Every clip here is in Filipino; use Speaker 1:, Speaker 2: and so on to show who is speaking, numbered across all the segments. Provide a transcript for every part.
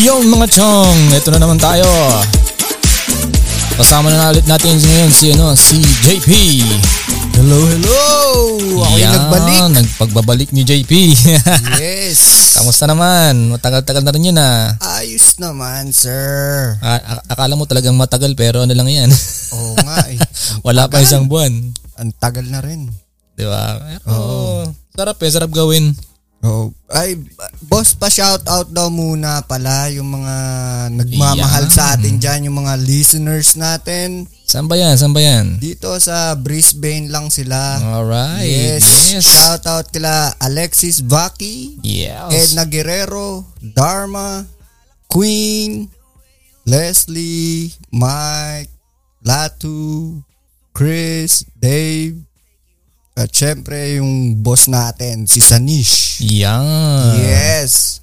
Speaker 1: Yo mga chong, ito na naman tayo. Kasama na ulit natin ngayon si, ano, si JP.
Speaker 2: Hello, hello! Ako yung
Speaker 1: Yan,
Speaker 2: nagbalik.
Speaker 1: Nagpagbabalik ni JP.
Speaker 2: Yes.
Speaker 1: Kamusta naman? Matagal-tagal na rin yun ah.
Speaker 2: Ayos naman, sir.
Speaker 1: A- a- akala mo talagang matagal pero ano lang yan.
Speaker 2: Oo nga eh.
Speaker 1: Wala pa isang buwan.
Speaker 2: Ang tagal na rin.
Speaker 1: Di ba? Pero sarap eh, sarap gawin.
Speaker 2: Oh, ay, boss pa shout out daw muna pala yung mga nagmamahal
Speaker 1: Yan.
Speaker 2: sa atin dyan, yung mga listeners natin.
Speaker 1: Saan ba yan? Saan ba yan?
Speaker 2: Dito sa Brisbane lang sila.
Speaker 1: Alright.
Speaker 2: Yes. Shout out kila Alexis Vaki,
Speaker 1: Yes.
Speaker 2: Edna Guerrero, Dharma, Queen, Leslie, Mike, Latu, Chris, Dave, at syempre yung boss natin, si Sanish.
Speaker 1: Yan.
Speaker 2: Yes.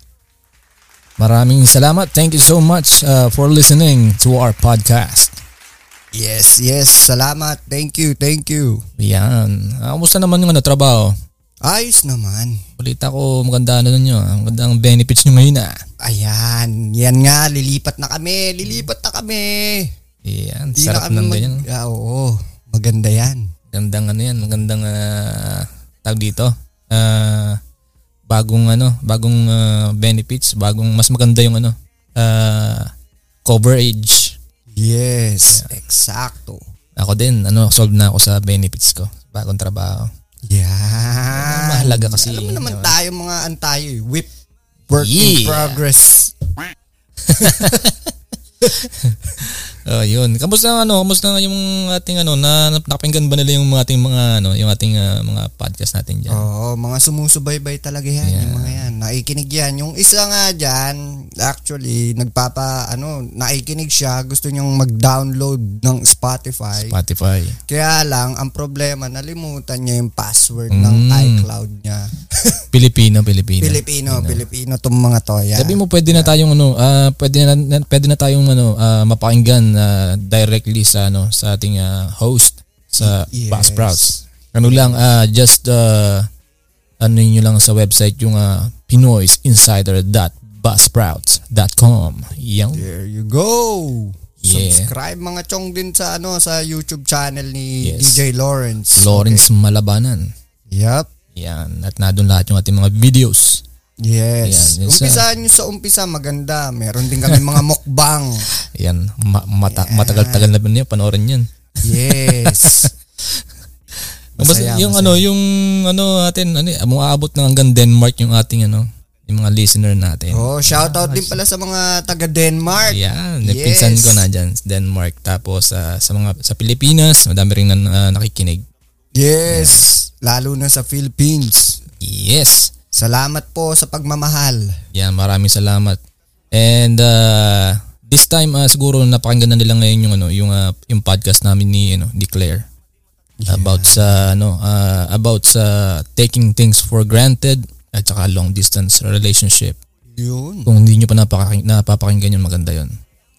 Speaker 1: Maraming salamat. Thank you so much uh, for listening to our podcast.
Speaker 2: Yes, yes. Salamat. Thank you, thank you.
Speaker 1: Yan. Ah, Kamusta naman yung ano, trabaho?
Speaker 2: Ayos naman.
Speaker 1: Balita ko maganda ano ninyo. ah. Maganda ang benefits nyo ngayon ah.
Speaker 2: Ayan. Yan nga, lilipat na kami. Lilipat na kami.
Speaker 1: Yan.
Speaker 2: Di
Speaker 1: Sarap
Speaker 2: na kami
Speaker 1: ng
Speaker 2: mag-
Speaker 1: ganyan.
Speaker 2: Ah, oo. Maganda yan.
Speaker 1: Gandang ano yan. Magandang ah, tawag dito. Ah, bagong ano, bagong ah, benefits. Bagong, mas maganda yung ano, ah, coverage.
Speaker 2: Yes, eksakto.
Speaker 1: Ako din, ano, solve na ako sa benefits ko. Bagong trabaho.
Speaker 2: Yeah.
Speaker 1: Mahalaga kasi.
Speaker 2: Alam mo naman tayo mga antayo eh. Whip. Work in
Speaker 1: Yeah.
Speaker 2: progress.
Speaker 1: Oh, yun. Kamusta ang ano? Kamusta nga yung ating ano na nakapinggan ba nila yung mga ating mga ano, yung ating ah, mga podcast natin diyan?
Speaker 2: Oo, mga sumusubaybay talaga yan. Yung mga yan. Nakikinig yan. Yung isa nga dyan, actually, nagpapa, ano, nakikinig siya. Gusto niyang mag-download ng Spotify.
Speaker 1: Spotify.
Speaker 2: Kaya lang, ang problema, nalimutan niya yung password ng
Speaker 1: Mm.
Speaker 2: iCloud niya.
Speaker 1: Filipino, Filipino.
Speaker 2: Pilipino, Pilipino tong mga to. Yan.
Speaker 1: Sabi mo pwede na tayong ano, ah, pwede na na- pwede na tayong ano, ah, mapakinggan ah, directly sa ano sa ating ah, host sa
Speaker 2: Y- yes.
Speaker 1: Bass Ano lang ah, just ah, ano niyo lang sa website yung uh, pinoysinsider.buzzsprouts.com. Yung
Speaker 2: There you go.
Speaker 1: Yeah.
Speaker 2: Subscribe mga chong din sa ano sa YouTube channel ni
Speaker 1: Yes.
Speaker 2: DJ Lawrence.
Speaker 1: Lawrence Malabanan.
Speaker 2: Yep.
Speaker 1: Yan. At na doon lahat yung ating mga videos.
Speaker 2: Yes.
Speaker 1: Ayan, yun sa-
Speaker 2: Umpisahan nyo sa umpisa, maganda. Meron din kami mga mukbang.
Speaker 1: Yan. Ma- mata- Matagal-tagal na ba niya panoorin yan.
Speaker 2: Yes.
Speaker 1: Basta
Speaker 2: Masaya,
Speaker 1: yung ano, yung ano natin, ano, eh, maaabot na hanggang Denmark yung ating ano, yung mga listener natin.
Speaker 2: Oh, shout out din pala sa mga taga Denmark.
Speaker 1: Yan, yung
Speaker 2: Yes.
Speaker 1: pinsan ko na dyan, Denmark. Tapos ah, sa mga sa Pilipinas, madami rin nan- ah, nakikinig.
Speaker 2: Yes. Lalo na sa Philippines.
Speaker 1: Yes.
Speaker 2: Salamat po sa pagmamahal.
Speaker 1: Yan, maraming salamat. And uh, this time uh, siguro napakinggan na nila ngayon yung ano, yung ah, yung podcast namin ni ano, ni Claire. About sa ano, ah, about sa taking things for granted at saka long distance relationship.
Speaker 2: Yun.
Speaker 1: Kung hindi nyo pa napakaking, napapakinggan yun, maganda yun.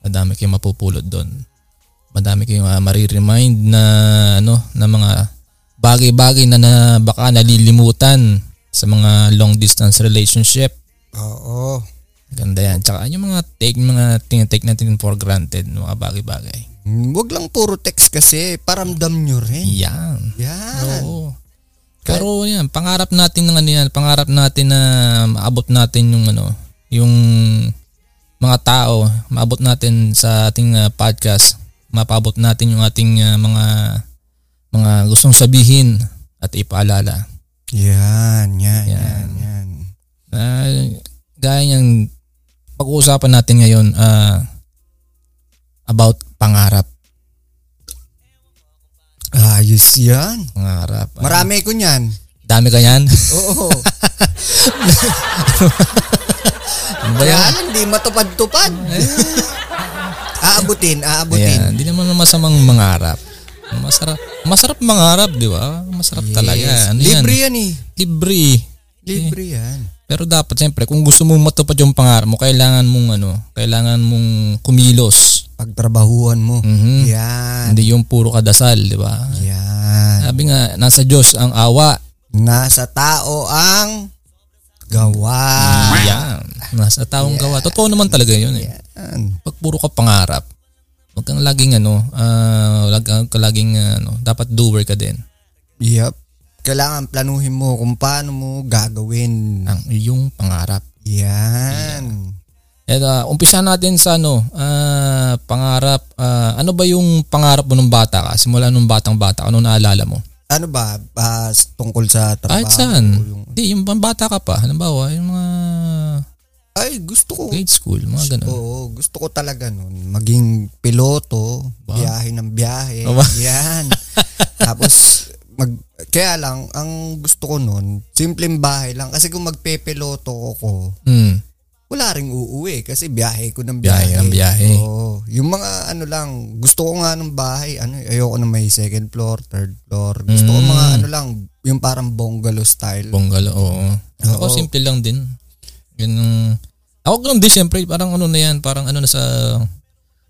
Speaker 1: Madami kayong mapupulot doon. Madami kayong ah, mariremind na ano, na mga bagay-bagay na, na baka nalilimutan sa mga long distance relationship.
Speaker 2: Oo.
Speaker 1: Ganda yan. Tsaka ano yung mga take, mga tinitake natin for granted, mga bagay-bagay.
Speaker 2: Mm, Huwag lang puro text kasi. Paramdam nyo rin.
Speaker 1: Yan.
Speaker 2: Yan.
Speaker 1: Oo. Pero yan, pangarap natin ng ano yan, pangarap natin na maabot natin yung ano, yung mga tao, maabot natin sa ating ah, podcast, mapabot natin yung ating ah, mga mga gustong sabihin at ipaalala.
Speaker 2: Yan, yan,
Speaker 1: Yan.
Speaker 2: yan, yan.
Speaker 1: Ah, gaya niyang pag-uusapan natin ngayon ah, about pangarap.
Speaker 2: Ayos yan.
Speaker 1: Pangarap. Ah,
Speaker 2: Marami ko niyan.
Speaker 1: Dami ka yan?
Speaker 2: Oo.
Speaker 1: Ano ba
Speaker 2: Kaya
Speaker 1: yan?
Speaker 2: lang, di matupad-tupad. aabutin, aabutin.
Speaker 1: Ayan, hindi naman masamang mangarap. Masarap. Masarap mangarap, di ba? Masarap talaga. Ano
Speaker 2: Libre
Speaker 1: yan? Eh.
Speaker 2: yan eh.
Speaker 1: Libre.
Speaker 2: Libre yan.
Speaker 1: Pero dapat siyempre, kung gusto mong matupad yung pangarap mo, kailangan mong ano, kailangan mong kumilos.
Speaker 2: Pagtrabahuan mo.
Speaker 1: Mhm.
Speaker 2: Yan.
Speaker 1: Hindi yung puro kadasal, di ba?
Speaker 2: Yan.
Speaker 1: Sabi nga, nasa Diyos ang awa.
Speaker 2: Nasa tao ang gawa.
Speaker 1: Yan. Nasa taong gawa. Totoo naman talaga yun eh.
Speaker 2: Yan.
Speaker 1: Pag puro ka pangarap, wag kang laging ano, ah, wag kang laging ah, ano, dapat doer ka din.
Speaker 2: Yep. Kailangan planuhin mo kung paano mo gagawin.
Speaker 1: Ang iyong pangarap.
Speaker 2: Yan.
Speaker 1: At ah, umpisa natin sa ano, ah, pangarap. Ah, ano ba yung pangarap mo nung bata ka? Simula nung batang bata, ano naalala mo?
Speaker 2: Ano ba? Ah, tungkol sa trabaho.
Speaker 1: Kahit saan.
Speaker 2: Yung,
Speaker 1: Hindi, yung pang bata ka pa. Halimbawa, yung mga
Speaker 2: ay, gusto ko.
Speaker 1: grade school, mga ganun.
Speaker 2: Oo, gusto ko talaga nun. Maging piloto, biyahe ng biyahe.
Speaker 1: Aba.
Speaker 2: Yan. Tapos, mag, kaya lang, ang gusto ko nun, simpleng bahay lang. Kasi kung magpepiloto ako,
Speaker 1: Mm.
Speaker 2: wala ring uuwi kasi biyahe ko ng biyahe.
Speaker 1: Biyahe ng biyahe.
Speaker 2: Oo. Yung mga ano lang, gusto ko nga ng bahay, ano, ayoko na may second floor, third floor. Gusto ko
Speaker 1: Mm.
Speaker 2: mga ano lang, yung parang bungalow style.
Speaker 1: Bungalow, oo. Ako
Speaker 2: Oo.
Speaker 1: simple lang din. Yun ang... Ako ganun din syempre, parang ano na yan, parang ano na sa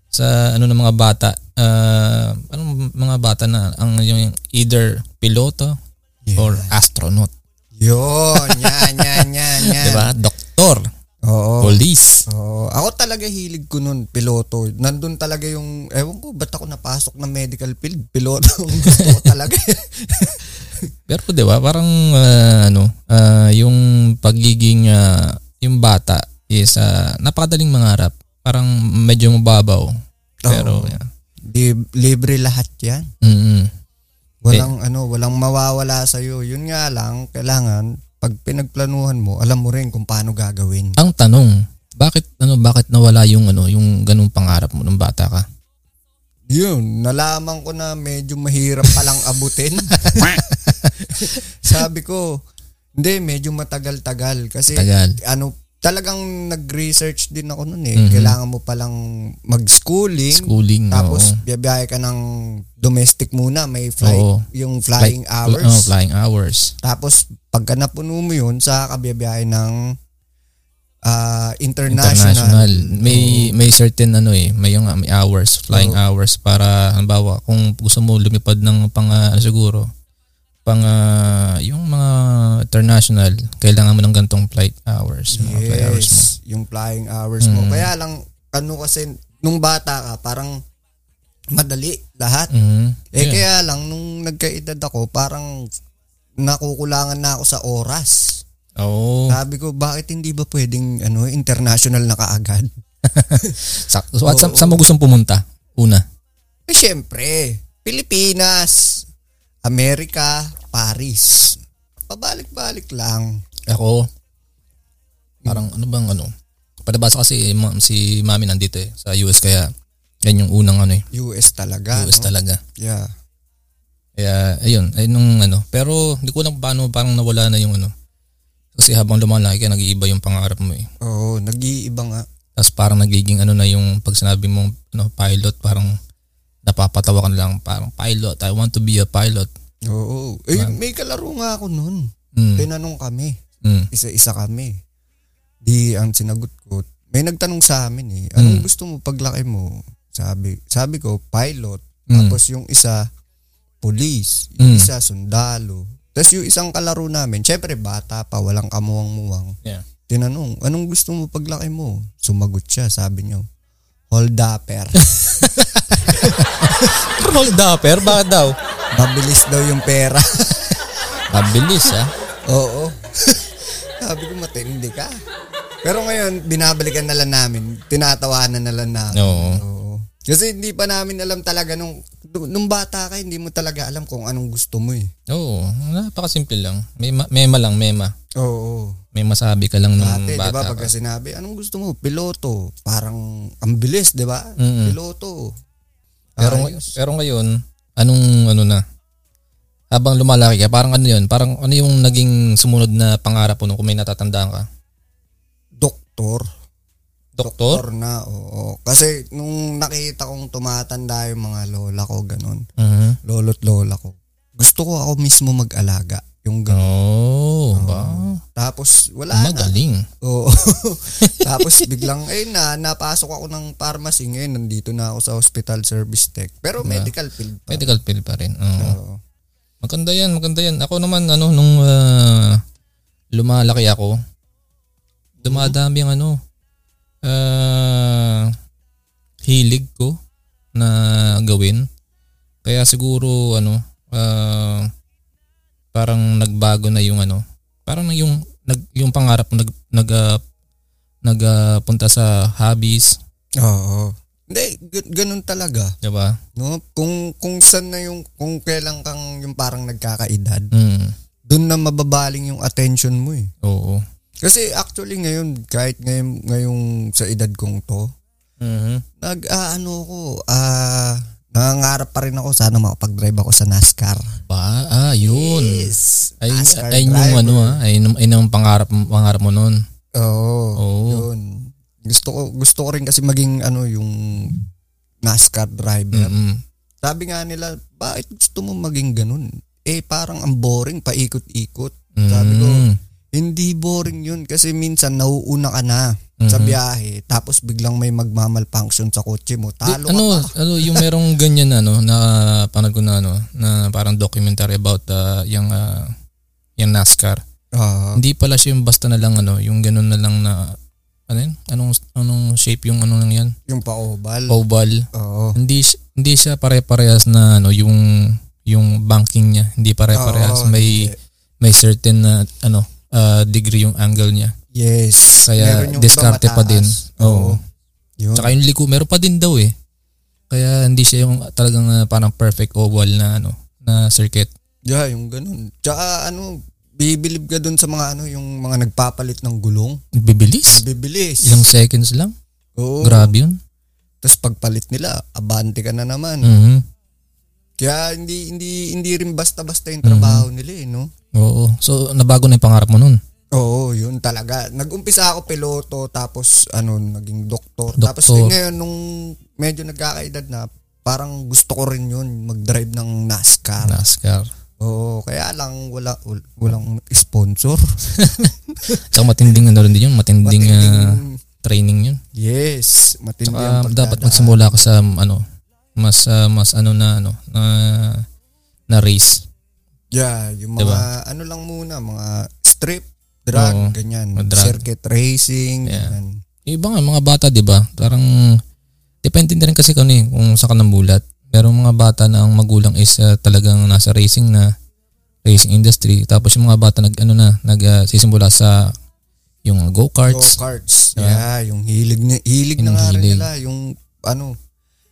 Speaker 1: sa ano ng mga bata. Ah, anong mga bata na ang yung either piloto
Speaker 2: Yeah.
Speaker 1: or astronaut,
Speaker 2: Yun, yan, yan, yan, yan.
Speaker 1: 'di ba? Diba? Doktor,
Speaker 2: Oo.
Speaker 1: police.
Speaker 2: Oo. Ako talaga hilig ko nun, piloto. Nandun talaga yung, ewan ko, ba't ako napasok ng medical field? Piloto ang gusto ko talaga.
Speaker 1: Pero 'di ba, parang ah, ano, ah, yung pagiging ah, yung bata is ah, napakadaling mangarap. Parang medyo mababaw. Pero yeah.
Speaker 2: Lib- libre lahat yan.
Speaker 1: Mm.
Speaker 2: Walang ano, walang mawawala sa iyo. Yun nga lang, kailangan pag pinagplanuhan mo, alam mo rin kung paano gagawin.
Speaker 1: Ang tanong, bakit ano bakit nawala yung ano yung ganung pangarap mo nung bata ka?
Speaker 2: Yun, nalaman ko na medyo mahirap palang abutin. Sabi ko, hindi, medyo matagal-tagal kasi
Speaker 1: Tagal.
Speaker 2: ano, talagang nag-research din ako noon eh.
Speaker 1: Mhm.
Speaker 2: Kailangan mo palang mag-schooling.
Speaker 1: Schooling.
Speaker 2: Tapos
Speaker 1: oo.
Speaker 2: biyahe ka ng domestic muna, may fly,
Speaker 1: Oo.
Speaker 2: yung
Speaker 1: Flight-
Speaker 2: flying hours.
Speaker 1: Oh, flying hours.
Speaker 2: Tapos pagka napuno mo yun sa kabiyahe ng ah, international.
Speaker 1: International. May may certain ano eh, may yung may hours, flying hours para halimbawa kung gusto mo lumipad ng pang ah, ano siguro pang ah, yung mga international, kailangan mo ng gantong flight hours, mga
Speaker 2: yes,
Speaker 1: flight hours mo. Mhm.
Speaker 2: yung flying hours mo. Kaya lang, ano kasi, nung bata ka, parang madali lahat.
Speaker 1: Mhm.
Speaker 2: Eh
Speaker 1: Yeah.
Speaker 2: kaya lang, nung nagkaedad ako, parang nakukulangan na ako sa oras.
Speaker 1: Oo.
Speaker 2: Sabi ko, bakit hindi ba pwedeng ano, international na kaagad?
Speaker 1: Sa, so, at sa, saan mo gustong pumunta? Una.
Speaker 2: Eh, syempre, Pilipinas, Amerika, Paris. Pabalik-balik lang.
Speaker 1: Ako, parang ano bang ano, palabasa kasi eh, ma- si mami nandito eh, sa US kaya yan yung unang ano eh,
Speaker 2: US talaga.
Speaker 1: US
Speaker 2: no?
Speaker 1: talaga.
Speaker 2: Yeah.
Speaker 1: Kaya ayun, ayun nung ano, pero hindi ko alam paano parang nawala na yung ano. Kasi habang lumalaki ka, nag-iiba yung pangarap mo eh.
Speaker 2: Oo, nag-iiba nga.
Speaker 1: Tapos parang nagiging ano na yung pag sinabi mong ano, pilot, parang napapatawa ka na lang, parang pilot, I want to be a pilot.
Speaker 2: Oo. Eh, may kalaro nga ako nun.
Speaker 1: Mm,
Speaker 2: Tinanong kami.
Speaker 1: mm,
Speaker 2: Isa-isa kami. Di ang sinagot ko. May nagtanong sa amin eh. Anong gusto mo paglaki mo? Sabi, sabi ko, pilot.
Speaker 1: mm.
Speaker 2: Tapos yung isa, police.
Speaker 1: Mm.
Speaker 2: Yung isa, sundalo. Tapos yung isang kalaro namin, syempre bata pa, walang kamuwang-muwang.
Speaker 1: Yeah.
Speaker 2: Tinanong, anong gusto mo paglaki mo? Sumagot siya, sabi niya, hold upper.
Speaker 1: Roll dapper, bakit daw?
Speaker 2: Mabilis daw yung pera.
Speaker 1: Mabilis ah.
Speaker 2: Oo. Sabi ko, matindi ka. Pero ngayon, binabalikan na lang namin. Tinatawanan na lang namin.
Speaker 1: Oo.
Speaker 2: Oo. Kasi hindi pa namin alam talaga nung, nung bata ka, hindi mo talaga alam kung anong gusto mo eh.
Speaker 1: Oo, napakasimple lang. Mema, mema lang, mema.
Speaker 2: Oo.
Speaker 1: May masabi ka lang nung
Speaker 2: Dati, di ba,
Speaker 1: Hmm, bata.
Speaker 2: pagka sinabi, anong gusto mo? Piloto. Parang, ang bilis, di ba?
Speaker 1: Mm-mm.
Speaker 2: Piloto.
Speaker 1: pero,
Speaker 2: Ayos.
Speaker 1: pero ngayon, anong ano na? Habang lumalaki ka, parang ano yun? Parang ano yung naging sumunod na pangarap mo nung kung may natatandaan ka?
Speaker 2: doktor.
Speaker 1: Doktor?
Speaker 2: Doktor na, oo. Kasi nung nakita kong tumatanda yung mga lola ko, ganun.
Speaker 1: Mhm.
Speaker 2: lolo't lola ko. Gusto ko ako mismo mag-alaga. Yung ganun.
Speaker 1: Oo, Oh, ba? Ah.
Speaker 2: Tapos wala na.
Speaker 1: Magaling.
Speaker 2: Oo. Tapos biglang ayun na napasok ako ng pharmacy ngayon nandito na ako sa hospital service tech. Pero medical field
Speaker 1: Diba?
Speaker 2: pa.
Speaker 1: Medical field pa rin. Oo.
Speaker 2: Oo.
Speaker 1: Maganda yan, maganda yan. Ako naman, ano, nung ah, lumalaki ako, Dumadami ang ano, ah, hilig ko na gawin. Kaya siguro ano, ah, parang nagbago na yung ano, parang na yung nag yung pangarap ko nag nag ah, nag, ah, punta sa hobbies,
Speaker 2: Oo. Hindi, g- ganun talaga.
Speaker 1: 'di ba?
Speaker 2: No? Kung, kung saan na yung, kung kailan kang yung parang nagkakaedad,
Speaker 1: Mm.
Speaker 2: dun na mababaling yung attention mo eh.
Speaker 1: Oo.
Speaker 2: Kasi actually ngayon, kahit ngayon, ngayong sa edad kong to,
Speaker 1: Mhm.
Speaker 2: nag aano ko, ah, nangangarap pa rin ako sana makapag-drive ako sa NASCAR.
Speaker 1: Ba, ah, yun.
Speaker 2: Yes.
Speaker 1: Ay,
Speaker 2: NASCAR
Speaker 1: ay, yung
Speaker 2: driver.
Speaker 1: ano ah, ay yung, ayun yung pangarap pangarap mo noon.
Speaker 2: Oo.
Speaker 1: Oo.
Speaker 2: Yun. Gusto ko gusto ko rin kasi maging ano yung NASCAR driver.
Speaker 1: Mm.
Speaker 2: Sabi nga nila, bakit gusto mo maging ganun? Eh parang ang boring paikot-ikot.
Speaker 1: Mm.
Speaker 2: Sabi ko, hindi boring yun kasi minsan nauuna ka na
Speaker 1: Mm-hmm.
Speaker 2: sa biyahe tapos biglang may magmamalfunction sa kotse mo. Talo ka
Speaker 1: ano,
Speaker 2: pa.
Speaker 1: ano, yung merong ganyan na, ano, na panood ko na, ano, na parang documentary about uh, yung, ah, yung NASCAR.
Speaker 2: Ah,
Speaker 1: Hindi pala siya yung basta na lang, ano, yung ganun na lang na, ano yun? Anong, anong shape yung ano lang yan?
Speaker 2: yung pa-oval.
Speaker 1: Oval.
Speaker 2: Oo.
Speaker 1: Hindi, si- hindi siya pare-parehas na, ano, yung, yung banking niya. Hindi pare-parehas.
Speaker 2: Oo,
Speaker 1: may, may certain na, ano, ah, degree yung angle niya.
Speaker 2: Yes.
Speaker 1: Kaya
Speaker 2: Meron yung
Speaker 1: diskarte pa
Speaker 2: iba
Speaker 1: din.
Speaker 2: mataas.
Speaker 1: Oo.
Speaker 2: Yun.
Speaker 1: Tsaka yung liko, meron pa din daw eh. Kaya hindi siya yung talagang ah, parang perfect oval na ano, na circuit.
Speaker 2: yeah, yung ganun. Tsaka ano, bibilib ka dun sa mga ano, yung mga nagpapalit ng gulong.
Speaker 1: Bibilis.
Speaker 2: Bibilis.
Speaker 1: Ilang seconds lang.
Speaker 2: Oo.
Speaker 1: Grabe yun.
Speaker 2: Tapos pagpalit nila, abante ka na naman.
Speaker 1: Mhm.
Speaker 2: Kaya hindi hindi hindi rin basta-basta yung trabaho nila eh, no?
Speaker 1: Oo. So, nabago na yung pangarap mo nun.
Speaker 2: Oo, yun talaga. Nag-umpisa ako piloto, tapos ano, naging doktor. Tapos
Speaker 1: Doktor.
Speaker 2: eh, ngayon, nung medyo nagkakaedad na, parang gusto ko rin yun, mag-drive
Speaker 1: Hmm.
Speaker 2: ng NASCAR.
Speaker 1: NASCAR.
Speaker 2: Oo, kaya lang wala, wal- walang sponsor.
Speaker 1: Tsaka matinding ano rin din yun. Matinding, ah,
Speaker 2: Matinding,
Speaker 1: training yun.
Speaker 2: yes, matindi
Speaker 1: Tsaka
Speaker 2: ang
Speaker 1: dapat
Speaker 2: pagdadaan.
Speaker 1: magsimula ka sa um, ano, mas ah, mas ano na ano na na race.
Speaker 2: Yeah, yung mga ano lang muna, mga strip,
Speaker 1: Diba?
Speaker 2: drag,
Speaker 1: Oo,
Speaker 2: ganyan.
Speaker 1: mga drag.
Speaker 2: Circuit racing,
Speaker 1: Yeah.
Speaker 2: ganyan.
Speaker 1: Yung Iba nga, mga bata, di ba? Parang, depende na rin kasi kung, ano eh, kung sa kanang bulat. Merong mga bata na ang magulang is ah, talagang nasa racing na, racing industry. Tapos yung mga bata nag, ano na, nag, ah, sisimula sa yung go-karts.
Speaker 2: Go-karts. Yeah, yung hilig na, hilig na
Speaker 1: Yung
Speaker 2: nga rin
Speaker 1: hilig.
Speaker 2: nila. Yung ano.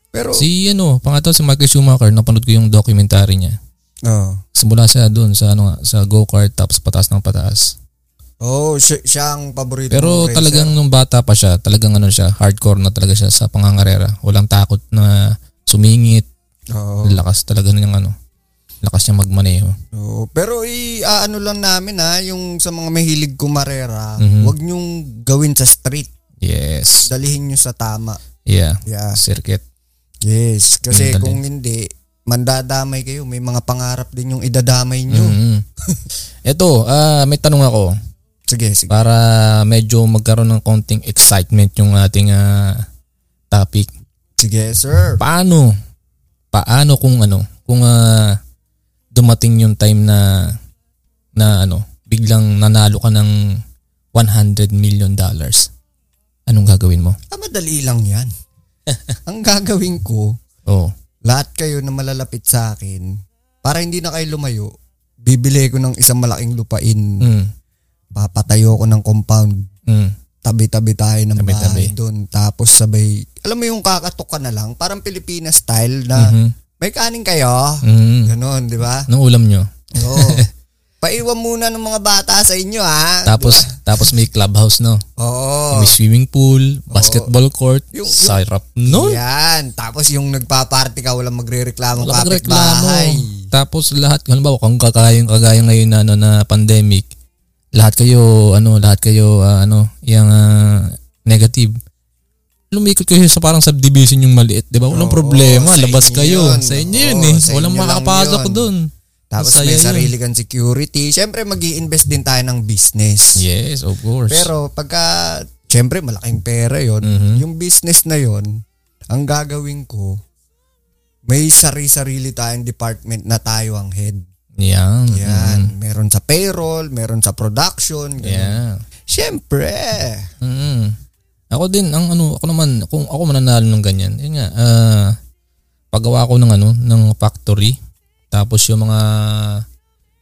Speaker 2: Pero,
Speaker 1: Si, ano, pangatlo si Michael Schumacher, napanood ko yung documentary niya.
Speaker 2: oh,
Speaker 1: Simula siya doon sa, ano, nga, sa go-kart, tapos pataas ng pataas.
Speaker 2: oh siya, siya ang paborito
Speaker 1: Pero
Speaker 2: mong racer.
Speaker 1: talagang nung bata pa siya, talagang ano siya, hardcore na talaga siya sa pangangarera. Walang takot na sumingit,
Speaker 2: Oo.
Speaker 1: Lakas talaga ng ano. Lakas niya magmaneho.
Speaker 2: Oo. Pero i ano lang namin ha, yung sa mga mahilig kumarera,
Speaker 1: Mhm.
Speaker 2: wag niyong gawin sa street.
Speaker 1: Yes.
Speaker 2: Dalihin niyo sa tama.
Speaker 1: Yeah.
Speaker 2: Yeah.
Speaker 1: Circuit.
Speaker 2: Yes, kasi
Speaker 1: Yung dali.
Speaker 2: kung hindi, mandadamay kayo. May mga pangarap din yung idadamay niyo.
Speaker 1: Mhm. Ito, ah, may tanong ako
Speaker 2: Sige, sige.
Speaker 1: para medyo magkaroon ng konting excitement yung ating ah, topic.
Speaker 2: Sige, sir.
Speaker 1: Paano? Paano kung ano? Kung ah, dumating yung time na na ano, biglang nanalo ka ng 100 million dollars. Anong gagawin mo?
Speaker 2: Ah, madali lang yan. ang gagawin ko,
Speaker 1: Oh.
Speaker 2: lahat kayo na malalapit sa akin, para hindi na kayo lumayo, bibili ko ng isang malaking lupain.
Speaker 1: Mm.
Speaker 2: Papatayo ko ng compound.
Speaker 1: Mm.
Speaker 2: Tabi-tabi tayo ng
Speaker 1: Tabi-tabi.
Speaker 2: bahay doon. Tapos sabay, alam mo yung kakatok ka na lang, parang Pilipinas style na
Speaker 1: Mhm.
Speaker 2: may kanin kayo.
Speaker 1: Mm.
Speaker 2: Ganon, di ba?
Speaker 1: Anong ulam nyo?
Speaker 2: Oo. Paiwan muna ng mga bata sa inyo ha.
Speaker 1: Tapos tapos may clubhouse no.
Speaker 2: Oo.
Speaker 1: May swimming pool, basketball court,
Speaker 2: Oh. Yung- yung-
Speaker 1: sarap noon.
Speaker 2: Yan. Tapos yung nagpa-party ka, walang magre-reklamo
Speaker 1: Wala kang reklamo.
Speaker 2: kapitbahay.
Speaker 1: Tapos lahat, halimbawa kung kakayang kagaya ngayon na, ano, na pandemic, lahat kayo, ano, lahat kayo, ah, ano, yung ah, negative. Lumikot kayo sa parang subdivision yung maliit, di ba? Walang
Speaker 2: Oo,
Speaker 1: problema,
Speaker 2: sa
Speaker 1: labas
Speaker 2: inyo
Speaker 1: kayo.
Speaker 2: yun.
Speaker 1: Sa inyo
Speaker 2: Oo,
Speaker 1: yun eh.
Speaker 2: sa
Speaker 1: Walang
Speaker 2: inyo lang
Speaker 1: makakapasok
Speaker 2: yun.
Speaker 1: doon.
Speaker 2: Tapos
Speaker 1: Masaya
Speaker 2: may
Speaker 1: yun.
Speaker 2: sarili kang security. Siyempre, mag invest din tayo ng business.
Speaker 1: Yes, of course.
Speaker 2: Pero pagka, siyempre, malaking pera yon
Speaker 1: Mm-hmm.
Speaker 2: Yung business na yon ang gagawin ko, may sari-sarili tayong department na tayo ang head.
Speaker 1: Yan.
Speaker 2: Yan. Meron sa payroll, meron sa production.
Speaker 1: Mm.
Speaker 2: ganun.
Speaker 1: Mm-hmm. Yeah.
Speaker 2: Siyempre.
Speaker 1: Mm. Ako din ang ano, ako naman kung ako mananalo ng ganyan. Yun nga, ah, paggawa ko ng ano, ng factory. Tapos yung mga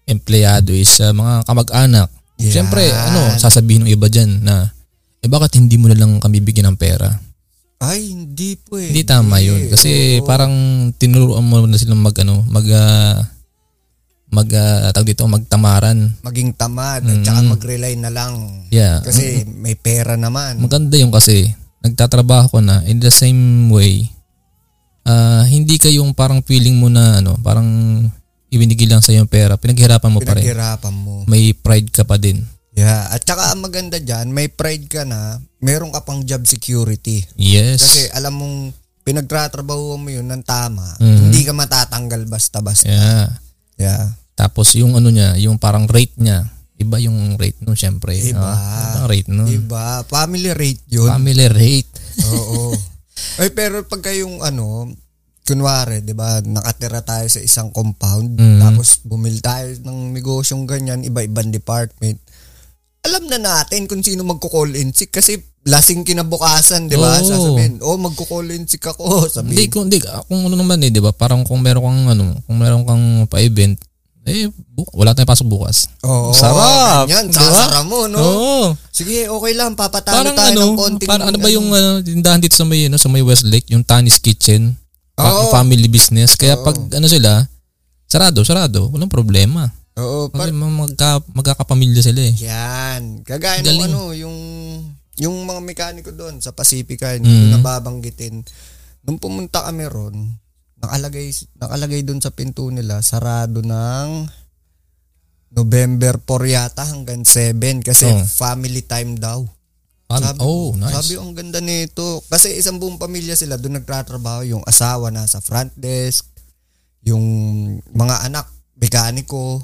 Speaker 1: empleyado is ah, mga kamag-anak.
Speaker 2: Yan.
Speaker 1: Siyempre, ano, sasabihin ng iba diyan na eh bakit hindi mo na lang kami bigyan ng pera?
Speaker 2: Ay, hindi po eh.
Speaker 1: Hindi tama yun. Kasi
Speaker 2: Oo.
Speaker 1: parang tinuruan mo na silang mag ano, mag ah, mag ah, tawag dito, magtamaran.
Speaker 2: maging tamad at saka mag-rely na
Speaker 1: Mm.
Speaker 2: lang.
Speaker 1: Yeah.
Speaker 2: Kasi may pera naman.
Speaker 1: Maganda yung kasi nagtatrabaho ko na in the same way. ah, hindi ka yung parang feeling mo na ano, parang ibinigay lang sa yung pera, pinaghirapan mo pa rin.
Speaker 2: Pinaghirapan mo.
Speaker 1: May pride ka pa din.
Speaker 2: Yeah. At saka ang maganda dyan, may pride ka na, meron ka pang job security.
Speaker 1: Yes.
Speaker 2: Kasi alam mong pinagtratrabaho mo yun ng tama.
Speaker 1: Mhm.
Speaker 2: Hindi ka matatanggal basta-basta.
Speaker 1: yeah.
Speaker 2: Yeah.
Speaker 1: Tapos yung ano niya, yung parang rate niya, iba yung rate no syempre.
Speaker 2: Iba.
Speaker 1: Ah, ibang rate no.
Speaker 2: Diba? Family rate yun.
Speaker 1: Family rate.
Speaker 2: Oo. Ay, pero pagka yung ano, kunwari, di ba, nakatira tayo sa isang compound,
Speaker 1: Mhm.
Speaker 2: tapos bumili tayo ng negosyong ganyan, iba-ibang department, alam na natin kung sino magko-call in sick kasi lasing kinabukasan, di ba?
Speaker 1: Oo.
Speaker 2: Sasabihin, oh, magko-call in sick
Speaker 1: Hindi
Speaker 2: ako. Sabihin,
Speaker 1: kung hindi kung ano naman eh, 'di ba? Parang kung meron kang ano, kung meron kang pa-event, eh bu- wala tayong pasok bukas.
Speaker 2: oo,
Speaker 1: sarap,
Speaker 2: Ganyan,
Speaker 1: di ba?
Speaker 2: sasara mo, no?
Speaker 1: Oo.
Speaker 2: Sige, okay lang, papatalo
Speaker 1: parang
Speaker 2: tayo
Speaker 1: ano,
Speaker 2: ng konting...
Speaker 1: parang ano ba yung ano, tindahan dito sa may, ano, sa may Westlake, yung Tanis Kitchen,
Speaker 2: Oo.
Speaker 1: fa- family business. Kaya pag ano sila, sarado, sarado, walang problema.
Speaker 2: Oo, par-
Speaker 1: Kasi magka, magkakapamilya sila eh.
Speaker 2: Yan. Kagaya ng
Speaker 1: Galing.
Speaker 2: ano, yung yung mga mekaniko doon sa Pacifica, hindi
Speaker 1: Mm.
Speaker 2: ko nababanggitin. Nung pumunta kami ron, nakalagay nakalagay doon sa pinto nila sarado ng November 4 yata hanggang 7 kasi
Speaker 1: Oh.
Speaker 2: family time daw.
Speaker 1: Parang, oh, nice.
Speaker 2: Sabi, ang ganda nito. Kasi isang buong pamilya sila doon nagtatrabaho. Yung asawa nasa front desk, yung mga anak, mekaniko,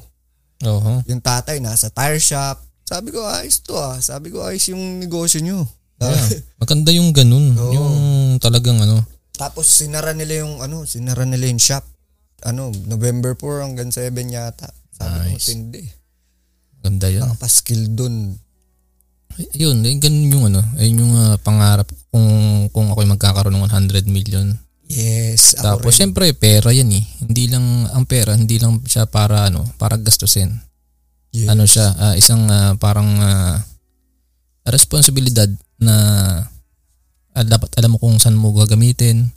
Speaker 1: Oo.
Speaker 2: yung tatay nasa tire shop. Sabi ko, ayos to ah. Sabi ko, ayos yung negosyo nyo.
Speaker 1: Yeah. Maganda yung ganun. Yung talagang ano.
Speaker 2: Tapos sinara nila yung ano, sinara nila yung shop. Ano, November 4 hanggang 7 yata. Sabi ko, tindi.
Speaker 1: Maganda yun.
Speaker 2: Ah. Nakapaskill dun.
Speaker 1: Yun, eh, ganun yung ano. Ayun yung ah, pangarap ko kung, kung ako'y magkakaroon ng 100 million.
Speaker 2: Yes, ako
Speaker 1: Tapos
Speaker 2: rin.
Speaker 1: syempre pera yan eh. Hindi lang ang pera, hindi lang siya para ano, para gastusin.
Speaker 2: Yes.
Speaker 1: ano siya, ah, isang ah, parang ah, responsibilidad na ah, dapat alam mo kung saan mo gagamitin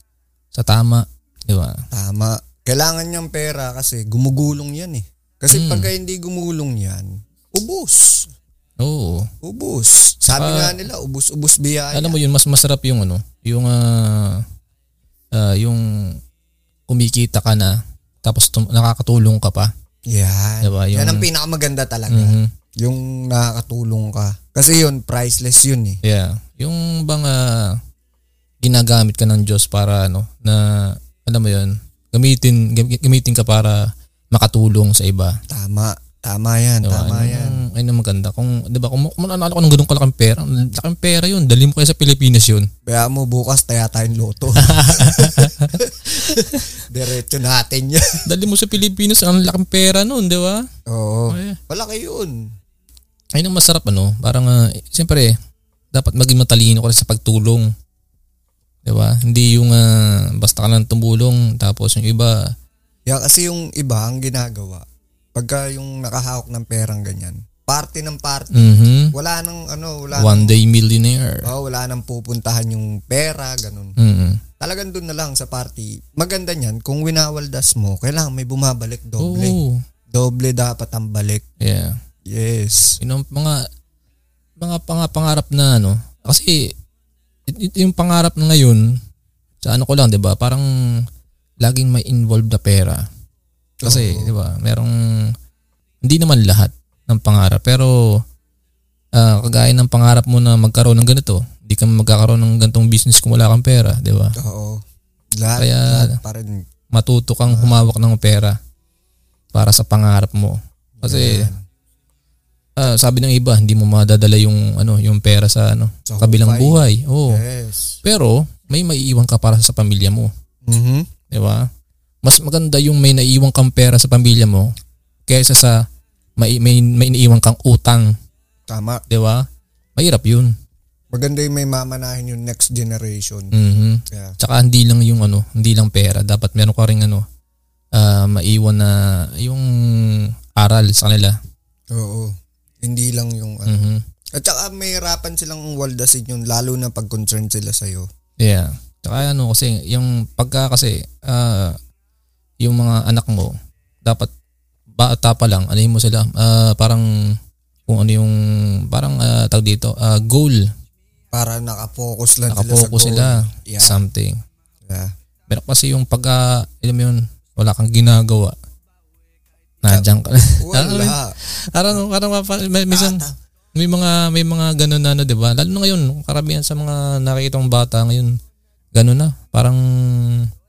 Speaker 1: sa tama, di ba?
Speaker 2: Tama. Kailangan niyang pera kasi gumugulong yan eh.
Speaker 1: Hmm.
Speaker 2: Kasi pagka hindi gumulong yan, ubus.
Speaker 1: Oo.
Speaker 2: Ubus. Sabi
Speaker 1: Ah.
Speaker 2: nga nila, ubus-ubus biyaya.
Speaker 1: Alam mo yun, mas masarap yung ano, yung ah, ah, yung kumikita ka na tapos tum- nakakatulong ka pa.
Speaker 2: Yan.
Speaker 1: Diba, yung-
Speaker 2: Yan ang pinakamaganda talaga.
Speaker 1: Mhm.
Speaker 2: Yung nakakatulong ka. Kasi yun, priceless yun eh.
Speaker 1: Yeah. Yung bang ah, ginagamit ka ng Diyos para ano, na alam mo yun, gamitin gam- gamitin ka para makatulong sa iba.
Speaker 2: Tama. Tama yan,
Speaker 1: Diba?
Speaker 2: tama
Speaker 1: Ano
Speaker 2: yan.
Speaker 1: yung- Ayun ang maganda. Kung, di ba, kung, kung mananalo ko ng ganun kalaking pera, ang laking pera yun. Dali mo kayo sa Pilipinas yun.
Speaker 2: Kaya mo bukas taya tayong loto. Diretso natin yan.
Speaker 1: Dali mo sa Pilipinas, ang laking pera nun, di ba?
Speaker 2: Oo.
Speaker 1: Ay.
Speaker 2: Malaki yun.
Speaker 1: Ayun ang masarap, ano? Parang, ah, eh, siyempre, dapat maging matalino ka rin sa pagtulong. Di ba? Hindi yung ah, basta ka lang tumulong, tapos yung iba,
Speaker 2: Yeah, kasi yung iba ang ginagawa. Pagka yung nakahawak ng perang ganyan, party ng party.
Speaker 1: mhm
Speaker 2: Wala nang ano, wala
Speaker 1: one
Speaker 2: nang,
Speaker 1: day millionaire. Mm-hmm.
Speaker 2: oh, wala nang pupuntahan yung pera, ganun.
Speaker 1: Mm-mm.
Speaker 2: Talagang doon na lang sa party. Maganda niyan, kung winawaldas mo, kailangan may bumabalik doble.
Speaker 1: Oo.
Speaker 2: Doble dapat ang balik.
Speaker 1: Yeah.
Speaker 2: Yes.
Speaker 1: Yun ang mga mga pang- pangarap na ano. Kasi y- y- yung pangarap na ngayon sa ano ko lang, 'di ba? Parang laging may involved na pera. Kasi, 'di ba? Merong hindi naman lahat ng pangarap, pero ah, kagaya ng pangarap mo na magkaroon ng ganito, hindi ka magkakaroon ng ganitong business kung wala kang pera, 'di ba?
Speaker 2: Oo. Lahat,
Speaker 1: Kaya-
Speaker 2: lahat pa rin.
Speaker 1: Matuto kang humawak ng pera para sa pangarap mo. Kasi ah, sabi ng iba, hindi mo madadala yung ano, yung pera sa ano,
Speaker 2: Sa
Speaker 1: kabilang
Speaker 2: hukay.
Speaker 1: buhay. Oo.
Speaker 2: Yes.
Speaker 1: Pero may maiiwan ka para sa pamilya mo,
Speaker 2: Mhm.
Speaker 1: 'di ba? Mas maganda yung may naiiwan kang pera sa pamilya mo kaysa sa may, may, may iniiwan kang utang,
Speaker 2: Tama.
Speaker 1: di ba? Mahirap yun.
Speaker 2: Maganda yung may mamanahin yung next generation.
Speaker 1: Mhm.
Speaker 2: Yeah.
Speaker 1: Tsaka hindi lang yung ano, hindi lang pera. Dapat meron ka rin ano, ah, maiwan na yung aral sa kanila.
Speaker 2: Oo. Hindi lang yung ano.
Speaker 1: Mhm.
Speaker 2: At saka mahirapan silang waldasin yun lalo na pag concerned sila sa'yo.
Speaker 1: Yeah. Tsaka ano kasi, yung pagka kasi, ah, yung mga anak mo, dapat bata pa lang, anahin mo sila, ah, parang kung ano yung, parang ah, tawag dito, ah, goal,
Speaker 2: Para nakapokus lang
Speaker 1: nakapokus
Speaker 2: sila sa
Speaker 1: sila,
Speaker 2: goal. Yeah.
Speaker 1: something.
Speaker 2: yeah.
Speaker 1: Meron kasi yung pagka, alam mo yun, wala kang ginagawa. Nandiyan ka.
Speaker 2: Wala.
Speaker 1: Parang, parang, parang, may, minsan,
Speaker 2: Bata.
Speaker 1: may mga, may mga ganun na ano, di ba? Lalo na ngayon, karamihan sa mga nakikitang bata ngayon, ganun na. Parang,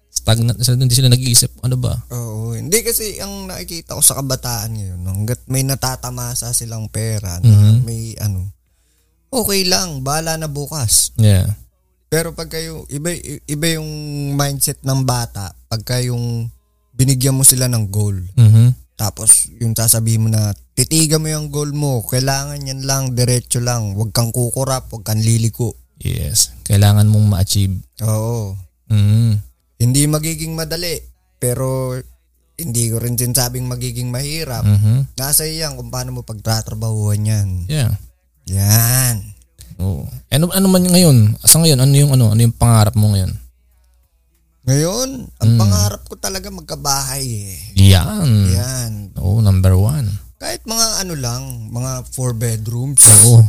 Speaker 1: stagnant na sila, hindi sila nag-iisip, ano ba?
Speaker 2: Oo. Hindi kasi ang nakikita ko sa kabataan ngayon, no, hanggat may natatamasa silang pera, na
Speaker 1: Mhm.
Speaker 2: may ano, okay lang, bahala na bukas.
Speaker 1: Yeah.
Speaker 2: Pero pag kayo, iba, iba yung mindset ng bata, pagka yung binigyan mo sila ng goal,
Speaker 1: mhm
Speaker 2: tapos yung sasabihin mo na, titigan mo yung goal mo, kailangan yan lang, diretso lang, huwag kang kukurap, huwag kang liliko.
Speaker 1: Yes. Kailangan mong ma-achieve.
Speaker 2: Oo.
Speaker 1: Mm.
Speaker 2: Hindi magiging madali, pero hindi ko rin sinasabing magiging mahirap.
Speaker 1: mhm
Speaker 2: Nasa iyo yan kung paano mo pagtatrabahuhan yan.
Speaker 1: Yeah.
Speaker 2: Yan.
Speaker 1: Oo. Ano, ano man ngayon? Sa ngayon, ano yung, ano, ano yung pangarap mo ngayon?
Speaker 2: Ngayon, ang
Speaker 1: Mm.
Speaker 2: pangarap ko talaga magkabahay eh.
Speaker 1: Yan.
Speaker 2: Yan.
Speaker 1: Oo, number one.
Speaker 2: Kahit mga ano lang, mga four bedrooms.
Speaker 1: Oo.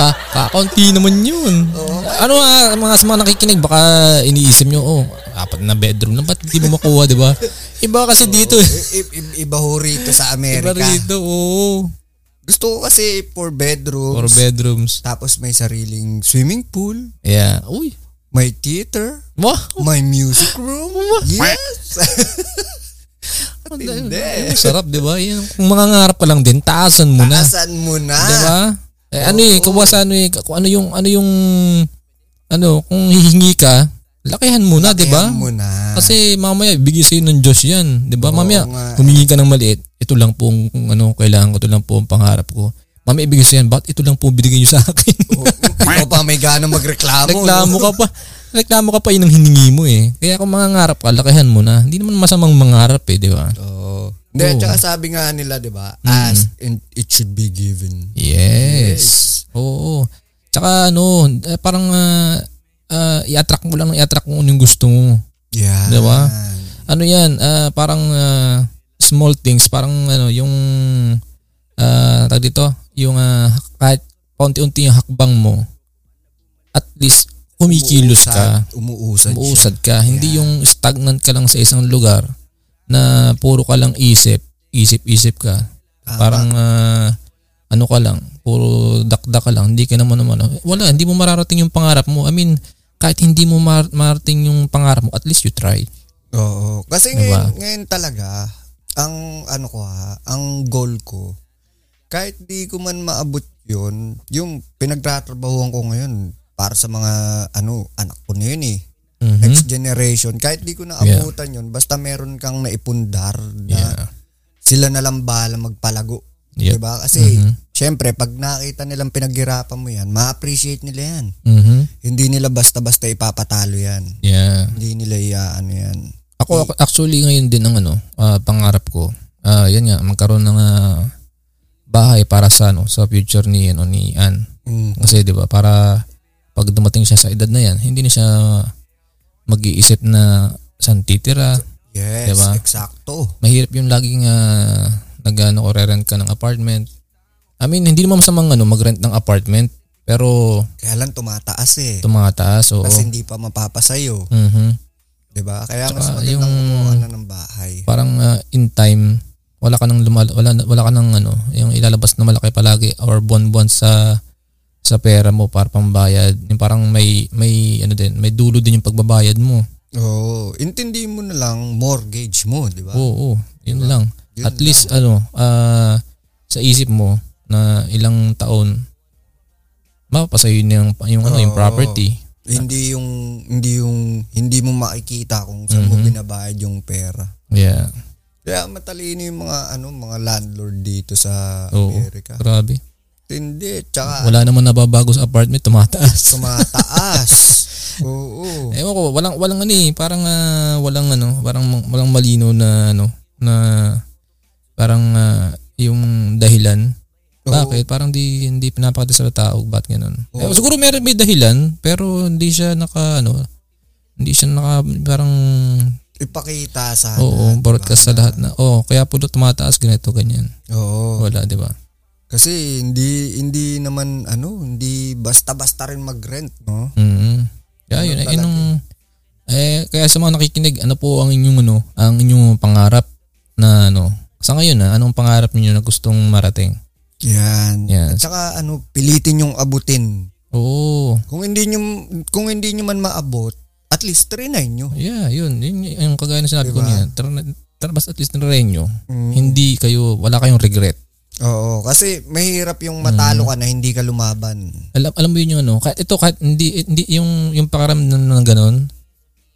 Speaker 1: ka, kakaunti naman yun. Ano ah, mga sa mga nakikinig, baka iniisip nyo, oh, apat na bedroom na, ba't di mo makuha, di ba? Iba kasi dito. eh.
Speaker 2: I- i- i- iba ho rito
Speaker 1: Iba
Speaker 2: sa Amerika.
Speaker 1: rito, oo.
Speaker 2: Gusto ko kasi four bedrooms.
Speaker 1: Four bedrooms.
Speaker 2: Tapos may sariling swimming pool,
Speaker 1: Yeah. Uy.
Speaker 2: may theater,
Speaker 1: Wow.
Speaker 2: may music room. yes! Hindi.
Speaker 1: Sarap, di ba? Yan, Kung mga ngarap ka lang din, taasan mo na.
Speaker 2: Asan mo na?
Speaker 1: Di ba? Eh, ano eh, kung sa ano eh, kung ano yung, ano yung, ano, kung hihingi ka, lakihan mo na, di ba?
Speaker 2: Ayan mo na.
Speaker 1: Kasi mamaya bigay sa'yo ng Diyos yan. Di ba?
Speaker 2: Oo
Speaker 1: Mamaya
Speaker 2: nga. eh.
Speaker 1: humingi ka ng maliit. Ito lang po ang kung ano, kailangan ko. Ito lang po ang pangarap ko. Mamaya ibigay sa'yo yan. Bakit ito lang po ang binigay niyo sa akin?
Speaker 2: Oh, Ikaw pa may ganang magreklamo. no?
Speaker 1: Reklamo ka pa. Reklamo ka pa yun ang hiningi mo eh. Kaya kung mangangarap ka, lakihan mo na. Hindi naman masamang mangarap eh, di ba?
Speaker 2: Oo. Hindi,
Speaker 1: Oo.
Speaker 2: tsaka sabi nga nila, di ba?
Speaker 1: Mm-hmm.
Speaker 2: Ask and it should be given.
Speaker 1: Yes. Oo. Tsaka ano, eh, parang ah, ah, i-attract mo lang, i-attract mo yung gusto mo.
Speaker 2: Yeah.
Speaker 1: Di ba? ano yan, ah, parang ah, small things, parang ano, yung, ah, tawag dito, yung ah, kahit paunti-unti yung hakbang mo, at least kumikilos ka,
Speaker 2: Umuusad.
Speaker 1: umuusad ka, hindi yung stagnant ka lang sa isang lugar na puro ka lang isip, isip-isip ka.
Speaker 2: Tama.
Speaker 1: Parang ah, ano ka lang, puro dakdak ka lang, hindi ka naman naman, ano, wala, hindi mo mararating yung pangarap mo. I mean, kahit hindi mo mar- marating yung pangarap mo, at least you try.
Speaker 2: siya. Oo. Kasi
Speaker 1: Di ba?
Speaker 2: ngayon, ngayon talaga, ang ano ko ha, ang goal ko, kahit di ko man maabot yun, yung pinagtatrabahuan ko ngayon, para sa mga ano anak ko na yun eh.
Speaker 1: Mhm.
Speaker 2: Next generation. Kahit di ko naabutan yun, basta meron kang naipundar na
Speaker 1: Yeah.
Speaker 2: sila na lang bahala magpalago.
Speaker 1: Yep.
Speaker 2: Diba? Kasi,
Speaker 1: Mhm.
Speaker 2: syempre, pag nakita nilang pinaghirapan mo yan, ma-appreciate nila yan.
Speaker 1: mhm
Speaker 2: Hindi nila basta-basta ipapatalo yan.
Speaker 1: Yeah.
Speaker 2: Hindi nila iaano yan.
Speaker 1: Ako ako- actually ngayon din ang ano, ah, pangarap ko. Ah, yan nga, magkaroon ng ah, bahay para sa ano, sa future ni ano ni Ann.
Speaker 2: Mm.
Speaker 1: Kasi 'di ba, para pag dumating siya sa edad na yan, hindi na siya mag-iisip na saan titira.
Speaker 2: Yes,
Speaker 1: Diba?
Speaker 2: eksakto.
Speaker 1: Mahirap yung laging uh, nag-ano o rent ka ng apartment. I mean, hindi naman masamang ano mag-rent ng apartment, pero
Speaker 2: Kaya lang tumataas eh.
Speaker 1: tumataas oo.
Speaker 2: Kasi hindi pa mapapasayo.
Speaker 1: Mhm.
Speaker 2: Diba? Kaya mas
Speaker 1: Tsaka
Speaker 2: magandang
Speaker 1: yung-
Speaker 2: kumuha na ng bahay.
Speaker 1: parang uh, in time wala ka nang lumal wala wala ka nang ano yung ilalabas na malaki palagi or buwan-buwan sa sa pera mo para pambayad yung parang may may ano din may dulo din yung pagbabayad mo
Speaker 2: Oo. intindi mo na lang mortgage mo, diba? di ba?
Speaker 1: oo oo yun lang
Speaker 2: Ah. Yun
Speaker 1: at least ano ah, sa isip mo na ilang taon mapapasayo na yung, yung ano yung
Speaker 2: Oo.
Speaker 1: property
Speaker 2: Hindi yung hindi yung hindi mo makikita kung saan
Speaker 1: Mhm.
Speaker 2: mo binabayad yung pera.
Speaker 1: Yeah.
Speaker 2: Kaya matalino yung mga ano mga landlord dito sa
Speaker 1: Oo.
Speaker 2: Amerika.
Speaker 1: Grabe.
Speaker 2: Hindi, tsaka
Speaker 1: Wala naman nababago sa apartment, tumataas.
Speaker 2: tumataas. Oo.
Speaker 1: Ewan ko, walang walang ano eh, parang ah, walang ano, parang walang malino na ano na parang ah, yung dahilan. Bakit? Parang di hindi pinapakita sa tao bakit ganun. Eh,
Speaker 2: Oo.
Speaker 1: siguro meron may dahilan pero hindi siya naka ano hindi siya naka parang
Speaker 2: Ipakita sa
Speaker 1: oo, broadcast sa lahat na. Oo, kaya po daw tumataas ganito ganyan.
Speaker 2: Oo.
Speaker 1: Wala, di ba?
Speaker 2: Kasi hindi hindi naman ano, hindi basta-basta rin mag-rent, no?
Speaker 1: Mm. Kaya yun, eh, yun ang, eh, kaya sa mga nakikinig, ano po ang inyong ano, ang inyong pangarap na ano, sa ngayon na anong pangarap niyo na gustong marating?
Speaker 2: Yan.
Speaker 1: Yes.
Speaker 2: At saka ano, pilitin yung abutin.
Speaker 1: Oo.
Speaker 2: Kung hindi nyo kung hindi nyo man maabot, at least trinay nyo.
Speaker 1: Yeah, yun. Yun y- yung kagaya na sinabi ko
Speaker 2: Diba?
Speaker 1: niya. Tara, na- tara basta at least narain nyo.
Speaker 2: Mm.
Speaker 1: Hindi kayo, wala kayong regret.
Speaker 2: Oo, kasi mahirap yung matalo
Speaker 1: Hmm.
Speaker 2: ka na hindi ka lumaban.
Speaker 1: Alam, alam mo yun yung ano, kahit, ito kahit hindi, hindi yung, yung pakiramdam na ganun,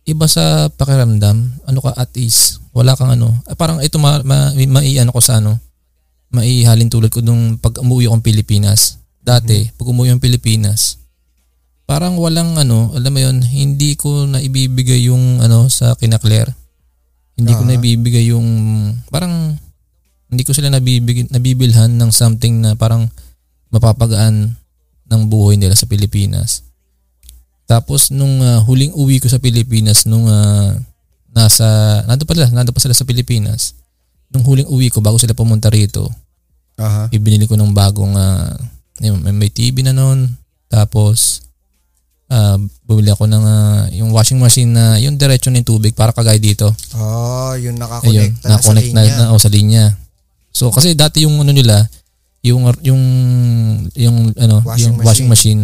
Speaker 1: iba sa pakiramdam, ano ka at ease, wala kang ano, ah, parang ito ma, ma, mai- ano ko sa ano, maihalin tulad ko nung pag umuwi akong Pilipinas. Dati, pag umuwi akong Pilipinas, parang walang ano, alam mo yun, hindi ko na ibibigay yung ano sa kinakler. Hindi ko
Speaker 2: Ah.
Speaker 1: na ibibigay yung, parang hindi ko sila nabibig, nabibilhan ng something na parang mapapagaan ng buhay nila sa Pilipinas. Tapos nung ah, huling uwi ko sa Pilipinas nung ah, nasa nando pa sila, nando pa sila sa Pilipinas. Nung huling uwi ko bago sila pumunta rito,
Speaker 2: Aha.
Speaker 1: ibinili ko ng bagong ah, yun, may, may TV na noon. Tapos ah, bumili ako ng ah, yung washing machine na yung diretso ng tubig para kagaya dito.
Speaker 2: Oh,
Speaker 1: Ayun,
Speaker 2: yun nakakonekta na sa
Speaker 1: na-connect na,
Speaker 2: linya.
Speaker 1: na oh, sa linya. So kasi dati yung ano nila, yung yung yung ano,
Speaker 2: Washing
Speaker 1: yung washing machine,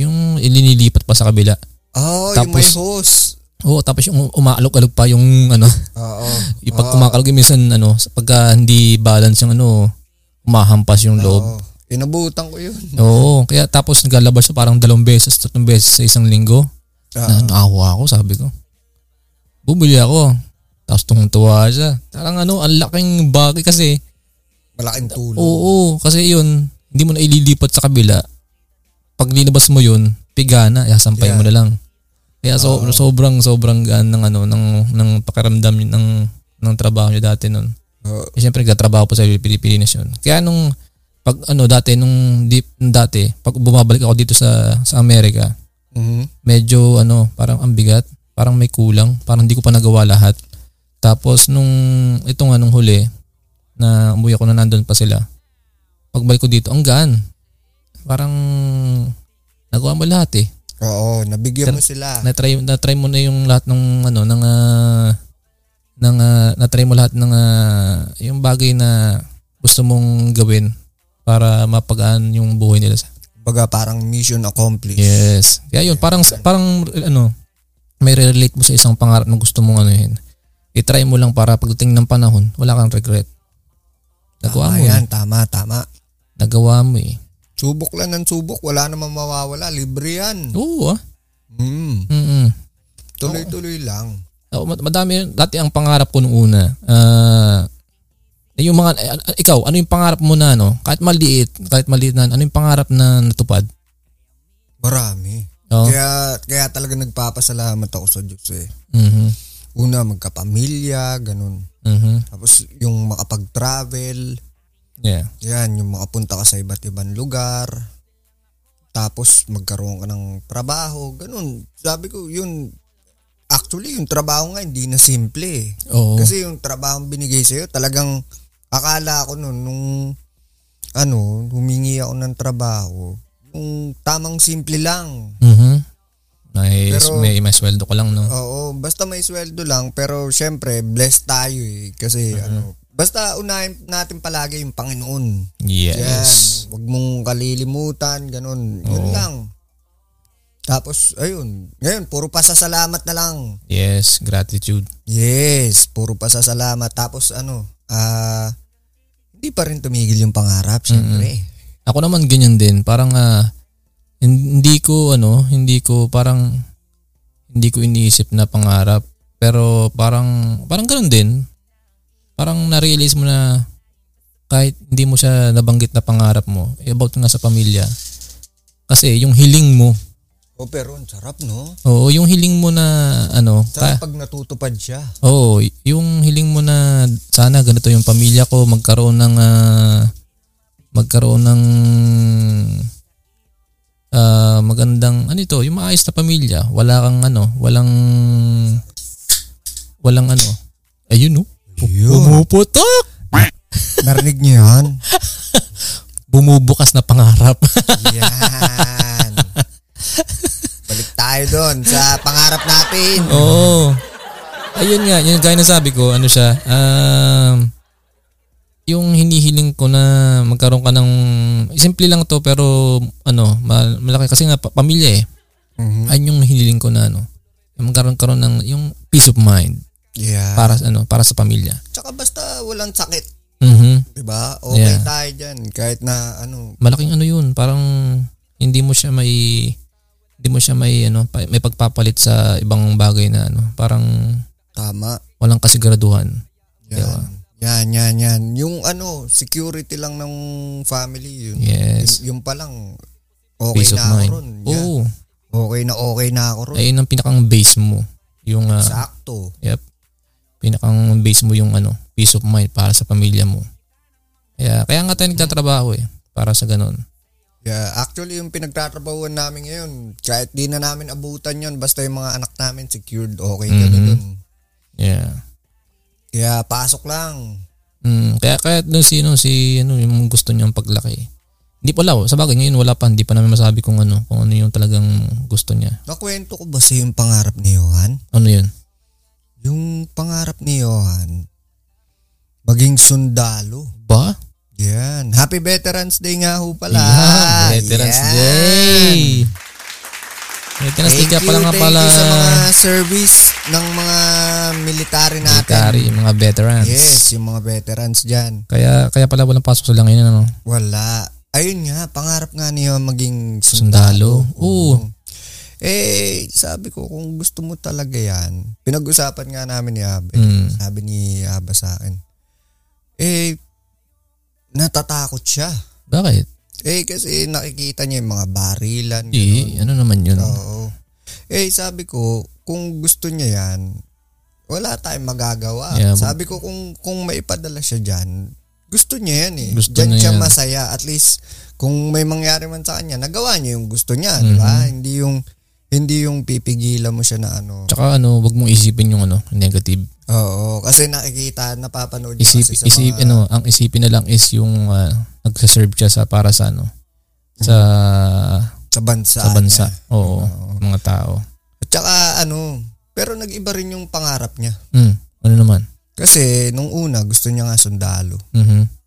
Speaker 1: yung ilinilipat pa sa kabila.
Speaker 2: Oh, yung
Speaker 1: Tapos-
Speaker 2: may host.
Speaker 1: Oo, tapos yung um, umaalog-alog pa yung ano,
Speaker 2: Oo.
Speaker 1: yung pag
Speaker 2: Oo.
Speaker 1: kumakalog yung minsan ano, sa- pagka hindi balance yung ano, umahampas
Speaker 2: Ah,
Speaker 1: yung loob.
Speaker 2: Oo. Inabutan ko yun.
Speaker 1: Oo, kaya tapos naglalabas na parang dalawang beses, tatlong beses sa isang linggo.
Speaker 2: Oo.
Speaker 1: Na naawa ako, sabi ko. Bumili ako. Tapos tumutuwa siya. Parang ano, ang laking bagay kasi.
Speaker 2: Malaking tulong.
Speaker 1: Oo, kasi yun, hindi mo na ililipat sa kabila. Pag linabas mo yun, piga na, sampay mo na lang. Kaya so, sobrang sobrang gaan ng ano ng ng pakiramdam yun ng ng trabaho niya dati noon.
Speaker 2: Oo.
Speaker 1: Eh, Siyempre nagtatrabaho pa sa Pilipinas yun. Kaya nung pag ano dati nung deep nung dati pag bumabalik ako dito sa sa Amerika,
Speaker 2: Mhm.
Speaker 1: medyo ano, parang ang bigat, parang may kulang, parang hindi ko pa nagawa lahat. Tapos nung ito nga nung huli na umuwi ako na nandun pa sila. Pagbalik ko dito, ang gaan. Parang nagawa mo lahat eh.
Speaker 2: Oo, nabigyan mo sila.
Speaker 1: Na-try na-try mo na yung lahat ng ano ng ah, ng ah, na-try mo lahat ng ah, yung bagay na gusto mong gawin para mapagaan yung buhay nila sa
Speaker 2: Baga parang mission accomplished.
Speaker 1: Yes. Kaya yun, parang parang ano, may relate mo sa isang pangarap na gusto mong ano yun. I-try mo lang para pagdating ng panahon, wala kang regret. Nagawa
Speaker 2: Tama
Speaker 1: mo. eh.
Speaker 2: Ah, yan, tama, tama.
Speaker 1: Nagawa mo eh.
Speaker 2: Subok lang ng subok, wala namang mawawala, libre yan.
Speaker 1: Oo ah.
Speaker 2: Mm.
Speaker 1: Mm-mm.
Speaker 2: Tuloy-tuloy lang.
Speaker 1: Oo, mad- madami yun. Dati ang pangarap ko noong una. ah, yung mga, eh, ah, ikaw, ano yung pangarap mo na ano? Kahit maliit, kahit maliit na, ano yung pangarap na natupad?
Speaker 2: Marami.
Speaker 1: Oo.
Speaker 2: Kaya, kaya talaga nagpapasalamat ako sa Diyos eh.
Speaker 1: Mhm.
Speaker 2: Una, magkapamilya, ganun.
Speaker 1: Mhm.
Speaker 2: Tapos yung makapag-travel,
Speaker 1: Yeah.
Speaker 2: yan, yung makapunta ka sa iba't ibang lugar. Tapos magkaroon ka ng trabaho, ganun. Sabi ko, yun, actually yung trabaho nga hindi na simple eh.
Speaker 1: Oo.
Speaker 2: Kasi yung trabaho binigay sa'yo, talagang akala ko nun, nung ano, humingi ako ng trabaho, yung tamang simple lang.
Speaker 1: Mhm. May,
Speaker 2: Pero-
Speaker 1: may, may sweldo ko lang, no?
Speaker 2: Oo, basta may sweldo lang pero syempre blessed tayo eh kasi ano, basta unahin natin palagi yung Panginoon.
Speaker 1: Yes.
Speaker 2: Yan, Huwag mong kalilimutan, ganun. Yun
Speaker 1: Oo.
Speaker 2: lang. Tapos ayun, ngayon puro pasasalamat na lang.
Speaker 1: Yes, gratitude.
Speaker 2: Yes, puro pasasalamat tapos ano, ah hindi pa rin tumigil yung pangarap, syempre.
Speaker 1: Ako naman ganyan din. Parang ah, hin- hindi ko ano, hindi ko parang hindi ko iniisip na pangarap. Pero parang parang ganun din. Parang na-realize mo na kahit hindi mo siya nabanggit na pangarap mo, eh, about nga sa pamilya. Kasi yung hiling mo,
Speaker 2: Oh, pero ang sarap, no?
Speaker 1: oo, yung hiling mo na ano, ka-
Speaker 2: Sarap pag natutupad siya.
Speaker 1: Oo, y- Oh, yung hiling mo na sana ganito yung pamilya ko magkaroon ng ah, magkaroon ng ah, magandang ano ito, yung maayos na pamilya, wala kang ano, walang walang ano. Ayun oh. ah!
Speaker 2: Yun.
Speaker 1: Bumuputok.
Speaker 2: Narinig niyo yan?
Speaker 1: Bumubukas na pangarap.
Speaker 2: yan. Balik tayo doon sa pangarap natin.
Speaker 1: Oo. Ayun nga, yun gaya na sabi ko, ano siya, um, yung hinihiling ko na magkaroon ka ng, simple lang to pero ano, ma- malaki kasi nga pa- pamilya eh.
Speaker 2: Mhm.
Speaker 1: Ayun yung hinihiling ko na ano, na magkaroon karon ng yung peace of mind
Speaker 2: Yeah.
Speaker 1: para sa- ano, para sa pamilya.
Speaker 2: Tsaka basta walang sakit.
Speaker 1: Mhm.
Speaker 2: 'di ba? Okay
Speaker 1: Yeah.
Speaker 2: tayo diyan kahit na ano.
Speaker 1: Malaking ano yun, parang hindi mo siya may hindi mo siya may ano, pa- may pagpapalit sa ibang bagay na ano, parang
Speaker 2: Tama.
Speaker 1: walang kasiguraduhan.
Speaker 2: Yan.
Speaker 1: Diba?
Speaker 2: Yan, yan, yan. Yung ano, security lang ng family yun.
Speaker 1: Yes.
Speaker 2: Yung, yung pa lang okay
Speaker 1: peace
Speaker 2: na
Speaker 1: of
Speaker 2: ako
Speaker 1: mind.
Speaker 2: ron.
Speaker 1: Oo.
Speaker 2: Yan. Okay na okay na ako ron.
Speaker 1: ayun ang pinakang base mo. Yung ah,
Speaker 2: Sakto.
Speaker 1: yep. Pinakang base mo yung ano, peace of mind para sa pamilya mo. Kaya kaya nga tayo nagtatrabaho eh para sa ganun.
Speaker 2: Yeah, actually yung pinagtatrabahuan namin ngayon, kahit di na namin abutan yon basta yung mga anak namin secured, okay kami
Speaker 1: Mhm.
Speaker 2: dun.
Speaker 1: Yeah.
Speaker 2: Kaya pasok lang.
Speaker 1: Mm, kaya kaya nung sino si ano yung gusto niyang paglaki. Hindi pa law, sa bagay ngayon wala pa, hindi pa namin masabi kung ano, kung ano yung talagang gusto niya.
Speaker 2: Nakwento ko ba sa yung pangarap ni Johan?
Speaker 1: Ano yun?
Speaker 2: Yung pangarap ni Johan, maging sundalo.
Speaker 1: Ba?
Speaker 2: Yan. Happy Veterans Day nga ho pala.
Speaker 1: Yan, Veterans
Speaker 2: Ah, Yan.
Speaker 1: Day! Veterans Day
Speaker 2: Thank
Speaker 1: kaya
Speaker 2: you,
Speaker 1: pala nga
Speaker 2: thank
Speaker 1: pala.
Speaker 2: you sa mga service ng mga military natin.
Speaker 1: military, mga veterans.
Speaker 2: Yes, yung mga veterans dyan.
Speaker 1: Kaya kaya pala walang pasok sila ngayon ano.
Speaker 2: Wala. Ayun nga, pangarap nga niya maging
Speaker 1: Sundalo.
Speaker 2: sundalo.
Speaker 1: Oo.
Speaker 2: Eh, sabi ko, kung gusto mo talaga yan, pinag-usapan nga namin ni Abe.
Speaker 1: Mm.
Speaker 2: Sabi ni Aba sa akin, eh, natatakot siya.
Speaker 1: Bakit?
Speaker 2: Eh, kasi nakikita niya yung mga barilan. ganun.
Speaker 1: Eh, ano naman yun?
Speaker 2: Oo. Eh, sabi ko, kung gusto niya yan, wala tayong magagawa.
Speaker 1: Yeah, but-
Speaker 2: sabi ko, kung, kung maipadala siya dyan, gusto niya yan eh.
Speaker 1: Gusto
Speaker 2: Diyan
Speaker 1: niya
Speaker 2: siya
Speaker 1: yan.
Speaker 2: masaya. At least, kung may mangyari man sa kanya, nagawa niya yung gusto niya, di ba?
Speaker 1: Mm-hmm.
Speaker 2: Hindi yung, hindi yung pipigilan mo siya na ano.
Speaker 1: Tsaka ano, wag mong isipin yung ano, negative.
Speaker 2: Oo. Kasi nakikita, napapanood niya
Speaker 1: Isip,
Speaker 2: kasi sa
Speaker 1: isip,
Speaker 2: mga...
Speaker 1: ano, ang isipin na lang is yung uh, nagsaserve siya sa para sa ano, sa,
Speaker 2: sa bansa.
Speaker 1: sa bansa.
Speaker 2: niya.
Speaker 1: Oo, mga tao.
Speaker 2: At saka ano, pero nag-iba rin yung pangarap niya.
Speaker 1: Mm, ano naman?
Speaker 2: Kasi nung una, gusto niya nga sundalo.
Speaker 1: Mhm.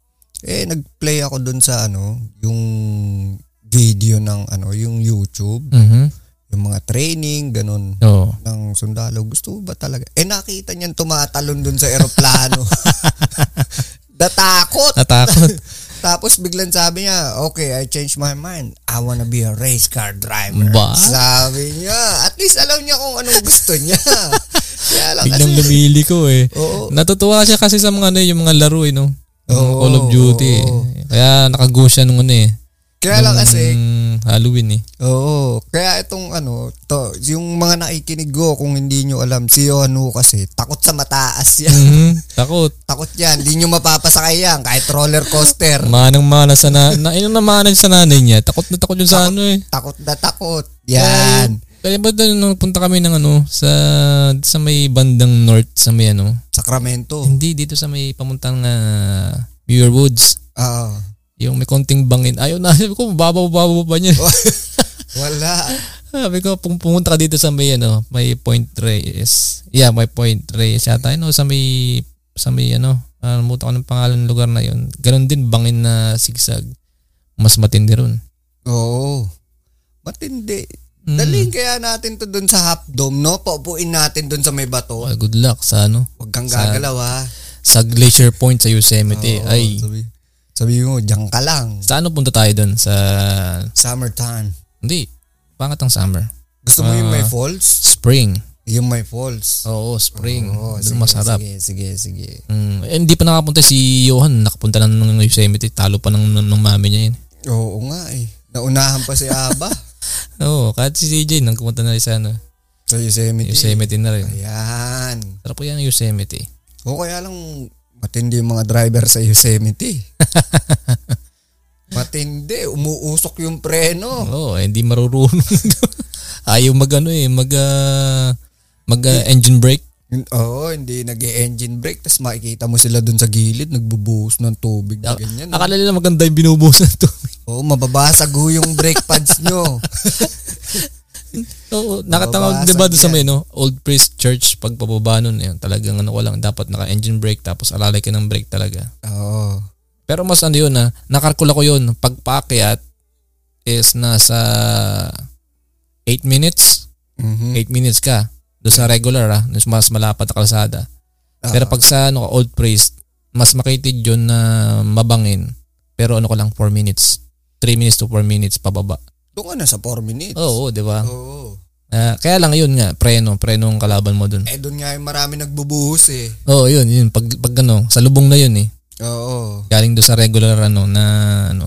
Speaker 2: Eh, nag-play ako dun sa ano, yung video ng ano, yung YouTube,
Speaker 1: Mhm.
Speaker 2: yung mga training, ganun,
Speaker 1: Oo.
Speaker 2: ng sundalo. Gusto mo ba talaga? Eh, nakita niyan tumatalon dun sa eroplano. Natakot.
Speaker 1: Natakot.
Speaker 2: Tapos biglang sabi niya, okay, I changed my mind. I wanna be a race car driver.
Speaker 1: Ba?
Speaker 2: Sabi niya. At least alam niya kung anong gusto niya. Kaya lang
Speaker 1: Biglang
Speaker 2: kasi,
Speaker 1: lumili ko eh.
Speaker 2: oo,
Speaker 1: Natutuwa siya kasi sa mga ano, yung mga laro eh, no? Yung
Speaker 2: Oo,
Speaker 1: Call of Duty. eh.
Speaker 2: oo.
Speaker 1: Kaya nakago siya nung ano eh.
Speaker 2: kaya lang
Speaker 1: Hmm.
Speaker 2: kasi,
Speaker 1: nung Halloween eh.
Speaker 2: Oo. Kaya itong ano, to, yung mga nakikinig ko, kung hindi nyo alam, si Yonu kasi, takot sa mataas yan.
Speaker 1: Mhm. Takot.
Speaker 2: takot yan. Hindi nyo mapapasakay yan, kahit roller coaster.
Speaker 1: Manang mana sa na, na inang namanan sa nanay niya. Takot na takot yun sa ano eh.
Speaker 2: takot na takot. Yan.
Speaker 1: Kaya ba doon nung punta kami ng ano sa sa may bandang north sa may ano?
Speaker 2: Sacramento.
Speaker 1: Hindi dito sa may pamuntang uh, Muir Woods.
Speaker 2: Oo.
Speaker 1: Yung may konting bangin. Ayaw na. Sabi ko, babaw-babaw pa niya.
Speaker 2: Wala.
Speaker 1: Sabi ko, pum- pumunta ka dito sa may ano, may Point Reyes. Yeah, may Point Reyes yata. Ano, sa may, sa may ano, uh, ko ng pangalan ng lugar na yun. Ganon din, bangin na sigsag. Mas matindi ron.
Speaker 2: Oo. Matindi.
Speaker 1: Mm.
Speaker 2: Daling kaya natin to dun sa half dome, no? Paupuin natin dun sa may bato.
Speaker 1: Well, good luck sa ano,
Speaker 2: Huwag kang gagalaw, ha?
Speaker 1: sa Glacier Point sa Yosemite.
Speaker 2: Oo,
Speaker 1: Ay,
Speaker 2: Sabi, sabi mo, diyan ka lang.
Speaker 1: sa ano punta tayo doon? Sa
Speaker 2: Summertime.
Speaker 1: Hindi. Pangat ang summer.
Speaker 2: Gusto mo yung may
Speaker 1: Ah.
Speaker 2: falls?
Speaker 1: Spring.
Speaker 2: Yung may falls.
Speaker 1: Oo, spring.
Speaker 2: Oo,
Speaker 1: Doon masarap.
Speaker 2: Sige, sige, sige.
Speaker 1: Mm, eh, hindi pa nakapunta si Johan. Nakapunta lang ng Yosemite. Talo pa ng, ng, ng mami niya yun.
Speaker 2: Oo nga eh. Naunahan pa si Aba
Speaker 1: Oo, kahit si CJ nang kumunta na rin sa ano,
Speaker 2: sa Yosemite.
Speaker 1: Yosemite na rin.
Speaker 2: Ayan.
Speaker 1: Sarap po yan Yosemite.
Speaker 2: O kaya lang matindi yung mga driver sa Yosemite. matindi. Umuusok yung preno.
Speaker 1: Oo, eh, hindi marurunong. Ayaw mag ano eh, mag, ah, mag ah, engine brake.
Speaker 2: Yun- Oo, hindi nag engine brake. Tapos makikita mo sila dun sa gilid, nagbubuhos ng tubig na ganyan.
Speaker 1: Akala nila maganda yung binubuhos ng tubig.
Speaker 2: Oo, mababasag ho yung brake pads nyo.
Speaker 1: Oo, nakatama,
Speaker 2: Mababasag
Speaker 1: di ba doon sa
Speaker 2: yan.
Speaker 1: may no? Old Priest Church, pag pababa nun, yun, talagang ano ko lang, dapat naka-engine brake tapos alalay ka ng brake talaga.
Speaker 2: Oo.
Speaker 1: Pero mas ano yun ha, nakarkula ko yun, pagpaakyat is nasa 8 minutes.
Speaker 2: Mhm.
Speaker 1: 8 minutes ka. Doon sa regular ha, doon sa mas malapad na kalsada.
Speaker 2: Oo.
Speaker 1: Pero pag sa ano, old priest, mas makitid yun na mabangin. Pero ano ko lang, 4 minutes. 3 minutes to 4 minutes pababa.
Speaker 2: Doon ka na sa 4 minutes.
Speaker 1: Oo, di ba?
Speaker 2: Oo.
Speaker 1: Ah, kaya lang yun nga, preno. Preno ang kalaban mo dun.
Speaker 2: Eh, doon nga yung marami nagbubuhos eh.
Speaker 1: Oo, yun, yun. Pag, pag ano, sa lubong na yun eh.
Speaker 2: Oo.
Speaker 1: Galing doon sa regular ano, na ano,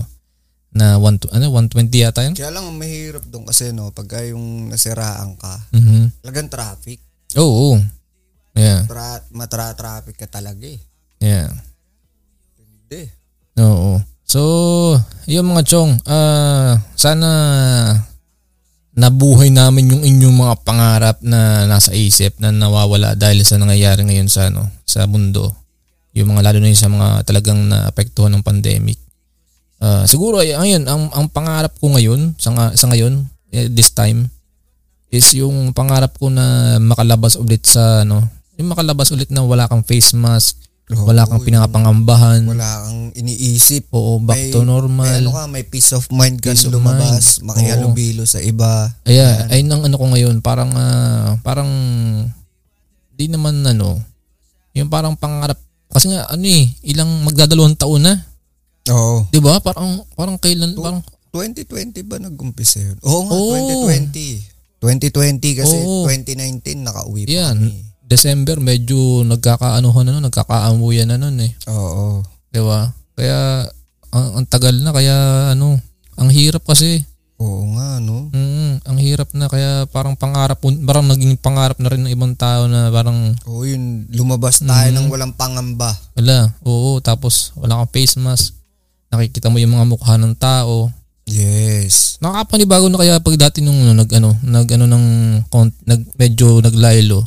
Speaker 1: na 1, to- ano, 120 yata yun?
Speaker 2: Kaya lang ang mahirap doon kasi no, pagka yung nasiraan ka,
Speaker 1: Mhm.
Speaker 2: talagang traffic.
Speaker 1: Oo, oo. Yeah,
Speaker 2: Tra- matra-traffic ka talaga eh.
Speaker 1: yeah.
Speaker 2: Hindi.
Speaker 1: Oo. So, yung mga chong, ah, sana nabuhay namin yung inyong mga pangarap na nasa isip na nawawala dahil sa nangyayari ngayon sa ano, sa mundo. Yung mga lalo na yung sa mga talagang naapektuhan ng pandemic. Ah, siguro ay ayun ang ang pangarap ko ngayon sa nga- sa ngayon eh, this time is yung pangarap ko na makalabas ulit sa ano, yung makalabas ulit na wala kang face mask,
Speaker 2: Oo,
Speaker 1: wala kang
Speaker 2: yun.
Speaker 1: pinapangambahan.
Speaker 2: Wala kang iniisip.
Speaker 1: Oo, back
Speaker 2: May-
Speaker 1: to
Speaker 2: May ano
Speaker 1: normal.
Speaker 2: ka, may peace of mind ka
Speaker 1: Peace
Speaker 2: na
Speaker 1: of
Speaker 2: lumabas, makihalubilo sa iba.
Speaker 1: Ayan, ayun ang ano ko ngayon, parang ah, parang di naman ano, yung parang pangarap kasi nga ano eh, ilang magdadalawang taon na,
Speaker 2: Oo.
Speaker 1: 'di ba? Parang parang kailan parang
Speaker 2: 2020 ba nag-umpisa yun? Oo nga,
Speaker 1: Oo.
Speaker 2: 2020. 2020 kasi
Speaker 1: Oo.
Speaker 2: 2019 nakauwi pa
Speaker 1: Yan.
Speaker 2: kami.
Speaker 1: December medyo nagkakaanuhan na nun, nagkakaamuyan na nun eh,
Speaker 2: Oo.
Speaker 1: 'di ba? Kaya ang, ang tagal na kaya ano, ang hirap kasi.
Speaker 2: Oo nga, no?
Speaker 1: Mm, ang hirap na kaya parang pangarap parang naging pangarap na rin ng ibang tao na parang
Speaker 2: Oo, yun. Lumabas tayo
Speaker 1: Mm-hmm.
Speaker 2: ng walang pangamba.
Speaker 1: Wala, oo. Tapos wala kang face mask. Nakikita mo yung mga mukha ng tao.
Speaker 2: Yes.
Speaker 1: Nakakapanibago na kaya pag dati nung ano, nag ano, nag ano ng kon- nag medyo naglaylo,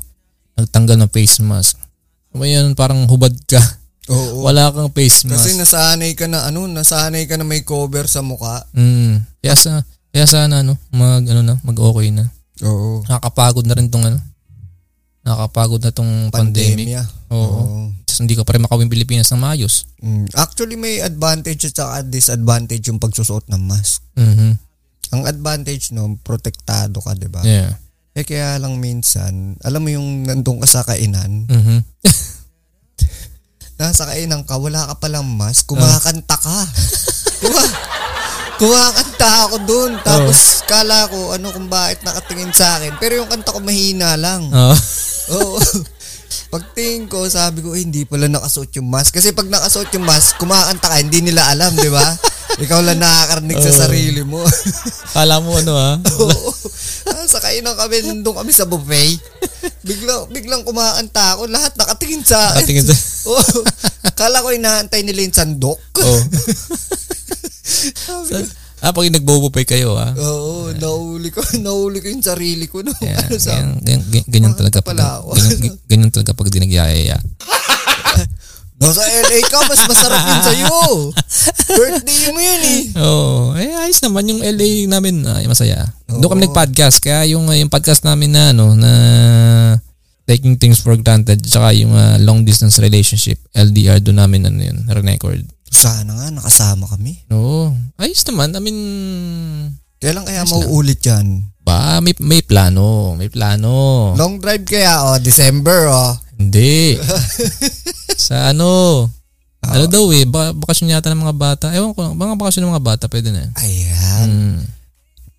Speaker 1: nagtanggal ng face mask. Ngayon parang hubad ka.
Speaker 2: Oo.
Speaker 1: Wala kang face
Speaker 2: Kasi
Speaker 1: mask.
Speaker 2: nasanay ka na ano, nasanay ka na may cover sa mukha.
Speaker 1: Mm. Kaya sa kaya sana ano, mag ano na, mag okay na.
Speaker 2: Oo.
Speaker 1: Nakakapagod na rin tong ano. Nakakapagod na tong pandemic.
Speaker 2: Pandemya.
Speaker 1: Oo.
Speaker 2: Oo.
Speaker 1: Tapos hindi ka pa rin makawin Pilipinas ng maayos.
Speaker 2: Mm. Actually, may advantage at saka disadvantage yung pagsusuot ng mask.
Speaker 1: Mhm.
Speaker 2: Ang advantage no, protektado ka, di ba?
Speaker 1: Yeah.
Speaker 2: Eh kaya lang minsan, alam mo yung nandun ka sa kainan,
Speaker 1: Mhm.
Speaker 2: nasa kainan ka, wala ka palang mask, kumakanta ka. diba? Kumakanta ako dun. Tapos kala ko ano kung bakit nakatingin sa akin. Pero yung kanta ko mahina lang.
Speaker 1: Oo.
Speaker 2: Oo. Pagtingin ko, sabi ko, eh, hindi pala nakasuot yung mask. Kasi pag nakasuot yung mask, kumakanta ka, hindi nila alam, di ba? Ikaw lang nakakarinig
Speaker 1: Oo.
Speaker 2: sa sarili mo.
Speaker 1: Kala mo ano ah.
Speaker 2: Oo. Sa kainan kami, nandun kami sa buffet. Biglang, biglang kumakanta ako, lahat nakatingin sa akin.
Speaker 1: Nakatingin sa...
Speaker 2: Oo. Kala ko inaantay nila yung sandok.
Speaker 1: Oh.
Speaker 2: Sabi ko,
Speaker 1: ah, pag nagbobopay kayo ah.
Speaker 2: Oo, nauli ko, nauli ko yung sarili ko. No?
Speaker 1: Yeah,
Speaker 2: Ano sa,
Speaker 1: ganyan, ganyan, ganyan talaga pag
Speaker 2: pala ako.
Speaker 1: ganyan, ganyan talaga pag dinagyayaya.
Speaker 2: nasa LA ka, mas masarap yun sa'yo. Birthday mo yun eh.
Speaker 1: Oo. Oh, eh ayos naman yung LA namin, ay masaya. Doon kami nag-podcast kaya yung ah, yung podcast namin na ano na taking things for granted tsaka yung ah, long distance relationship LDR doon namin ano yun record.
Speaker 2: Sana nga, nakasama kami.
Speaker 1: Oo. Ayos naman. I mean
Speaker 2: Kailan kaya mauulit yan?
Speaker 1: ba may may plano, may plano.
Speaker 2: Long drive kaya, oh, December, oh.
Speaker 1: Hindi. sa ano?
Speaker 2: Ah.
Speaker 1: Ano daw eh, ba- bakasyon yata ng mga bata. Ewan ko, mga bakasyon ng mga bata, pwede na.
Speaker 2: Ayan.
Speaker 1: Mm.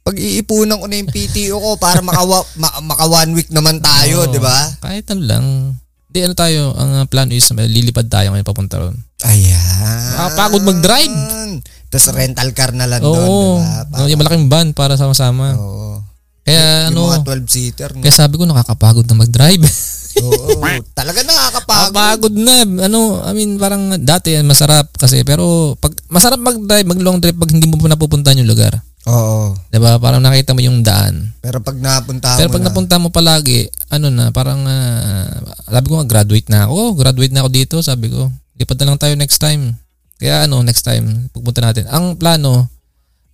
Speaker 2: Pag-iipunan ko na yung PTO ko para makawa, ma- maka one week naman tayo,
Speaker 1: Oo.
Speaker 2: di ba?
Speaker 1: Kahit ano lang. Di ano tayo, ang uh, plano is uh, lilipad tayo ngayon papunta ron.
Speaker 2: Ayan.
Speaker 1: Nakakapagod mag-drive.
Speaker 2: Tapos rental car na lang doon, di
Speaker 1: Oo.
Speaker 2: ba?
Speaker 1: Oh, yung malaking van para sama-sama.
Speaker 2: Oo.
Speaker 1: Kaya
Speaker 2: Yung
Speaker 1: ano,
Speaker 2: mga 12-seater. No?
Speaker 1: kaya sabi ko nakakapagod na mag-drive.
Speaker 2: Oo. Talaga nakakapagod.
Speaker 1: Nakakapagod na. Ano, I mean parang dati yan, masarap kasi pero pag masarap mag-drive, mag-long drive pag hindi mo pa napupuntahan yung lugar.
Speaker 2: Oo.
Speaker 1: 'Di ba? Parang nakita mo yung daan.
Speaker 2: Pero pag napunta
Speaker 1: Pero
Speaker 2: mo
Speaker 1: pag
Speaker 2: na,
Speaker 1: napunta mo palagi, ano na, parang ah, sabi ko nga graduate na ako, Oh, graduate na ako dito, sabi ko. Lipat na lang tayo next time. Kaya ano, next time pupunta natin. Ang plano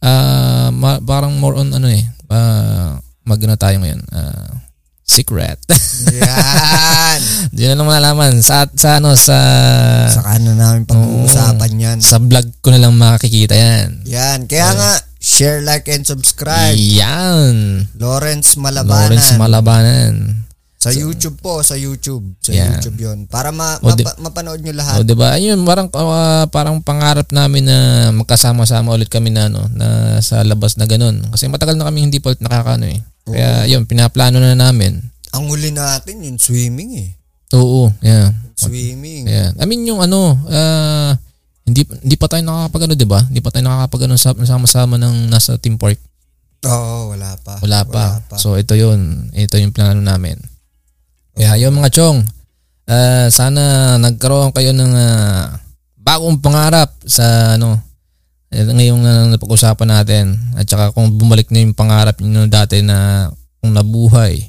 Speaker 1: ah ma- parang more on ano eh, ah mag ano tayo ngayon. ah, secret.
Speaker 2: yan.
Speaker 1: Diyan na lang malalaman sa sa ano sa
Speaker 2: Saka na namin pag-uusapan yan.
Speaker 1: sa vlog ko na lang makikita 'yan.
Speaker 2: Yan. Kaya nga, share, like, and subscribe.
Speaker 1: Yan.
Speaker 2: Lawrence Malabanan.
Speaker 1: Mm. Lawrence Malabanan.
Speaker 2: sa YouTube po, sa YouTube. Sa
Speaker 1: Yan.
Speaker 2: YouTube yon Para ma-
Speaker 1: O, di-
Speaker 2: mapa- mapanood nyo
Speaker 1: O,
Speaker 2: lahat.
Speaker 1: 'di ba? Oh, diba? Ayun, parang ah, parang pangarap namin na magkasama-sama ulit kami na ano, na sa labas na ganun. Kasi matagal na kami hindi pa ulit nakakaano eh. Kaya 'yun, pinaplano na namin.
Speaker 2: Ang huli natin, yung swimming eh.
Speaker 1: Oo, yeah.
Speaker 2: Swimming.
Speaker 1: Yeah. I mean yung ano, ah, hindi hindi pa tayo nakakapag ano, 'di ba? Hindi pa tayo nakakapag ano sa- sama-sama ng nasa team park.
Speaker 2: Oo, wala pa.
Speaker 1: Wala pa. So ito 'yun. Ito yung plano namin. Kaya yun mga chong, ah, sana nagkaroon kayo ng ah, bagong pangarap sa ano eh, ngayong ah, napag-usapan natin at saka kung bumalik na yung pangarap niyo dati na kung nabuhay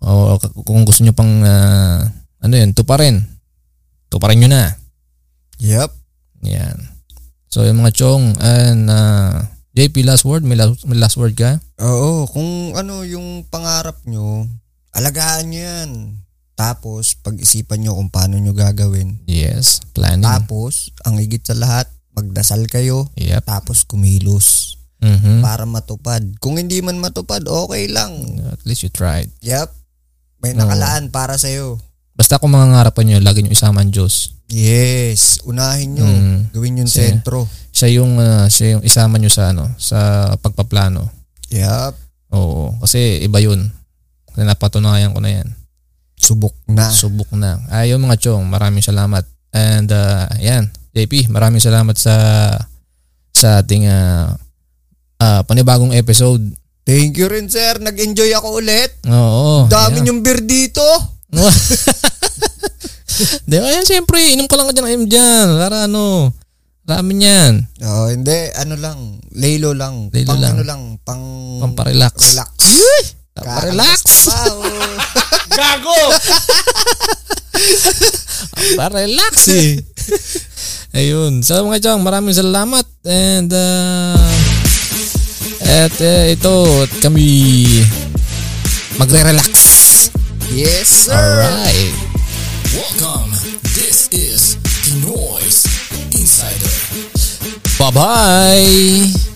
Speaker 1: o k- kung gusto niyo pang ah, ano yun, tuparin. Tuparin niyo na.
Speaker 2: Yep.
Speaker 1: Yan. So yung mga chong and ah, JP last word, may last, may last word ka?
Speaker 2: Oo, kung ano yung pangarap nyo, alagaan nyo yan. Tapos, pag-isipan nyo kung paano nyo gagawin.
Speaker 1: Yes, planning.
Speaker 2: Tapos, ang higit sa lahat, magdasal kayo.
Speaker 1: Yep.
Speaker 2: Tapos, kumilos
Speaker 1: Mhm.
Speaker 2: para matupad. Kung hindi man matupad, okay lang.
Speaker 1: At least you tried.
Speaker 2: Yep. May
Speaker 1: Oo.
Speaker 2: nakalaan para sa'yo.
Speaker 1: Basta kung mga ngarapan nyo, lagi nyo isama ang Diyos.
Speaker 2: Yes. Unahin nyo.
Speaker 1: Mm.
Speaker 2: Gawin yung
Speaker 1: Kasi-
Speaker 2: sentro.
Speaker 1: Siya yung, ah, siya yung isama nyo sa, ano, sa pagpaplano.
Speaker 2: Yep.
Speaker 1: Oo. Kasi iba yun. Kasi Napatunayan ko na yan.
Speaker 2: Subok na.
Speaker 1: Subok na. Ayun mga chong, maraming salamat. And ah, yan, JP, maraming salamat sa sa ating ah, ah, panibagong episode.
Speaker 2: Thank you rin, sir. Nag-enjoy ako ulit.
Speaker 1: Oo.
Speaker 2: Dami yung beer dito.
Speaker 1: Di, ayun, siyempre, inom ko lang ka dyan, dyan. Para ano, dami niyan.
Speaker 2: Oh, hindi. Ano lang. Lelo lang.
Speaker 1: Lelo
Speaker 2: pang
Speaker 1: lang.
Speaker 2: ano lang. Pang...
Speaker 1: Pamparelax.
Speaker 2: Relax.
Speaker 1: Pamparelax.
Speaker 2: Gago!
Speaker 1: Para relax eh. Ayun. So mga chong, maraming salamat. And uh, at uh, ito, at kami magre-relax.
Speaker 2: Yes, sir.
Speaker 1: Alright.
Speaker 3: Welcome. This is the Noise Insider.
Speaker 1: Bye-bye.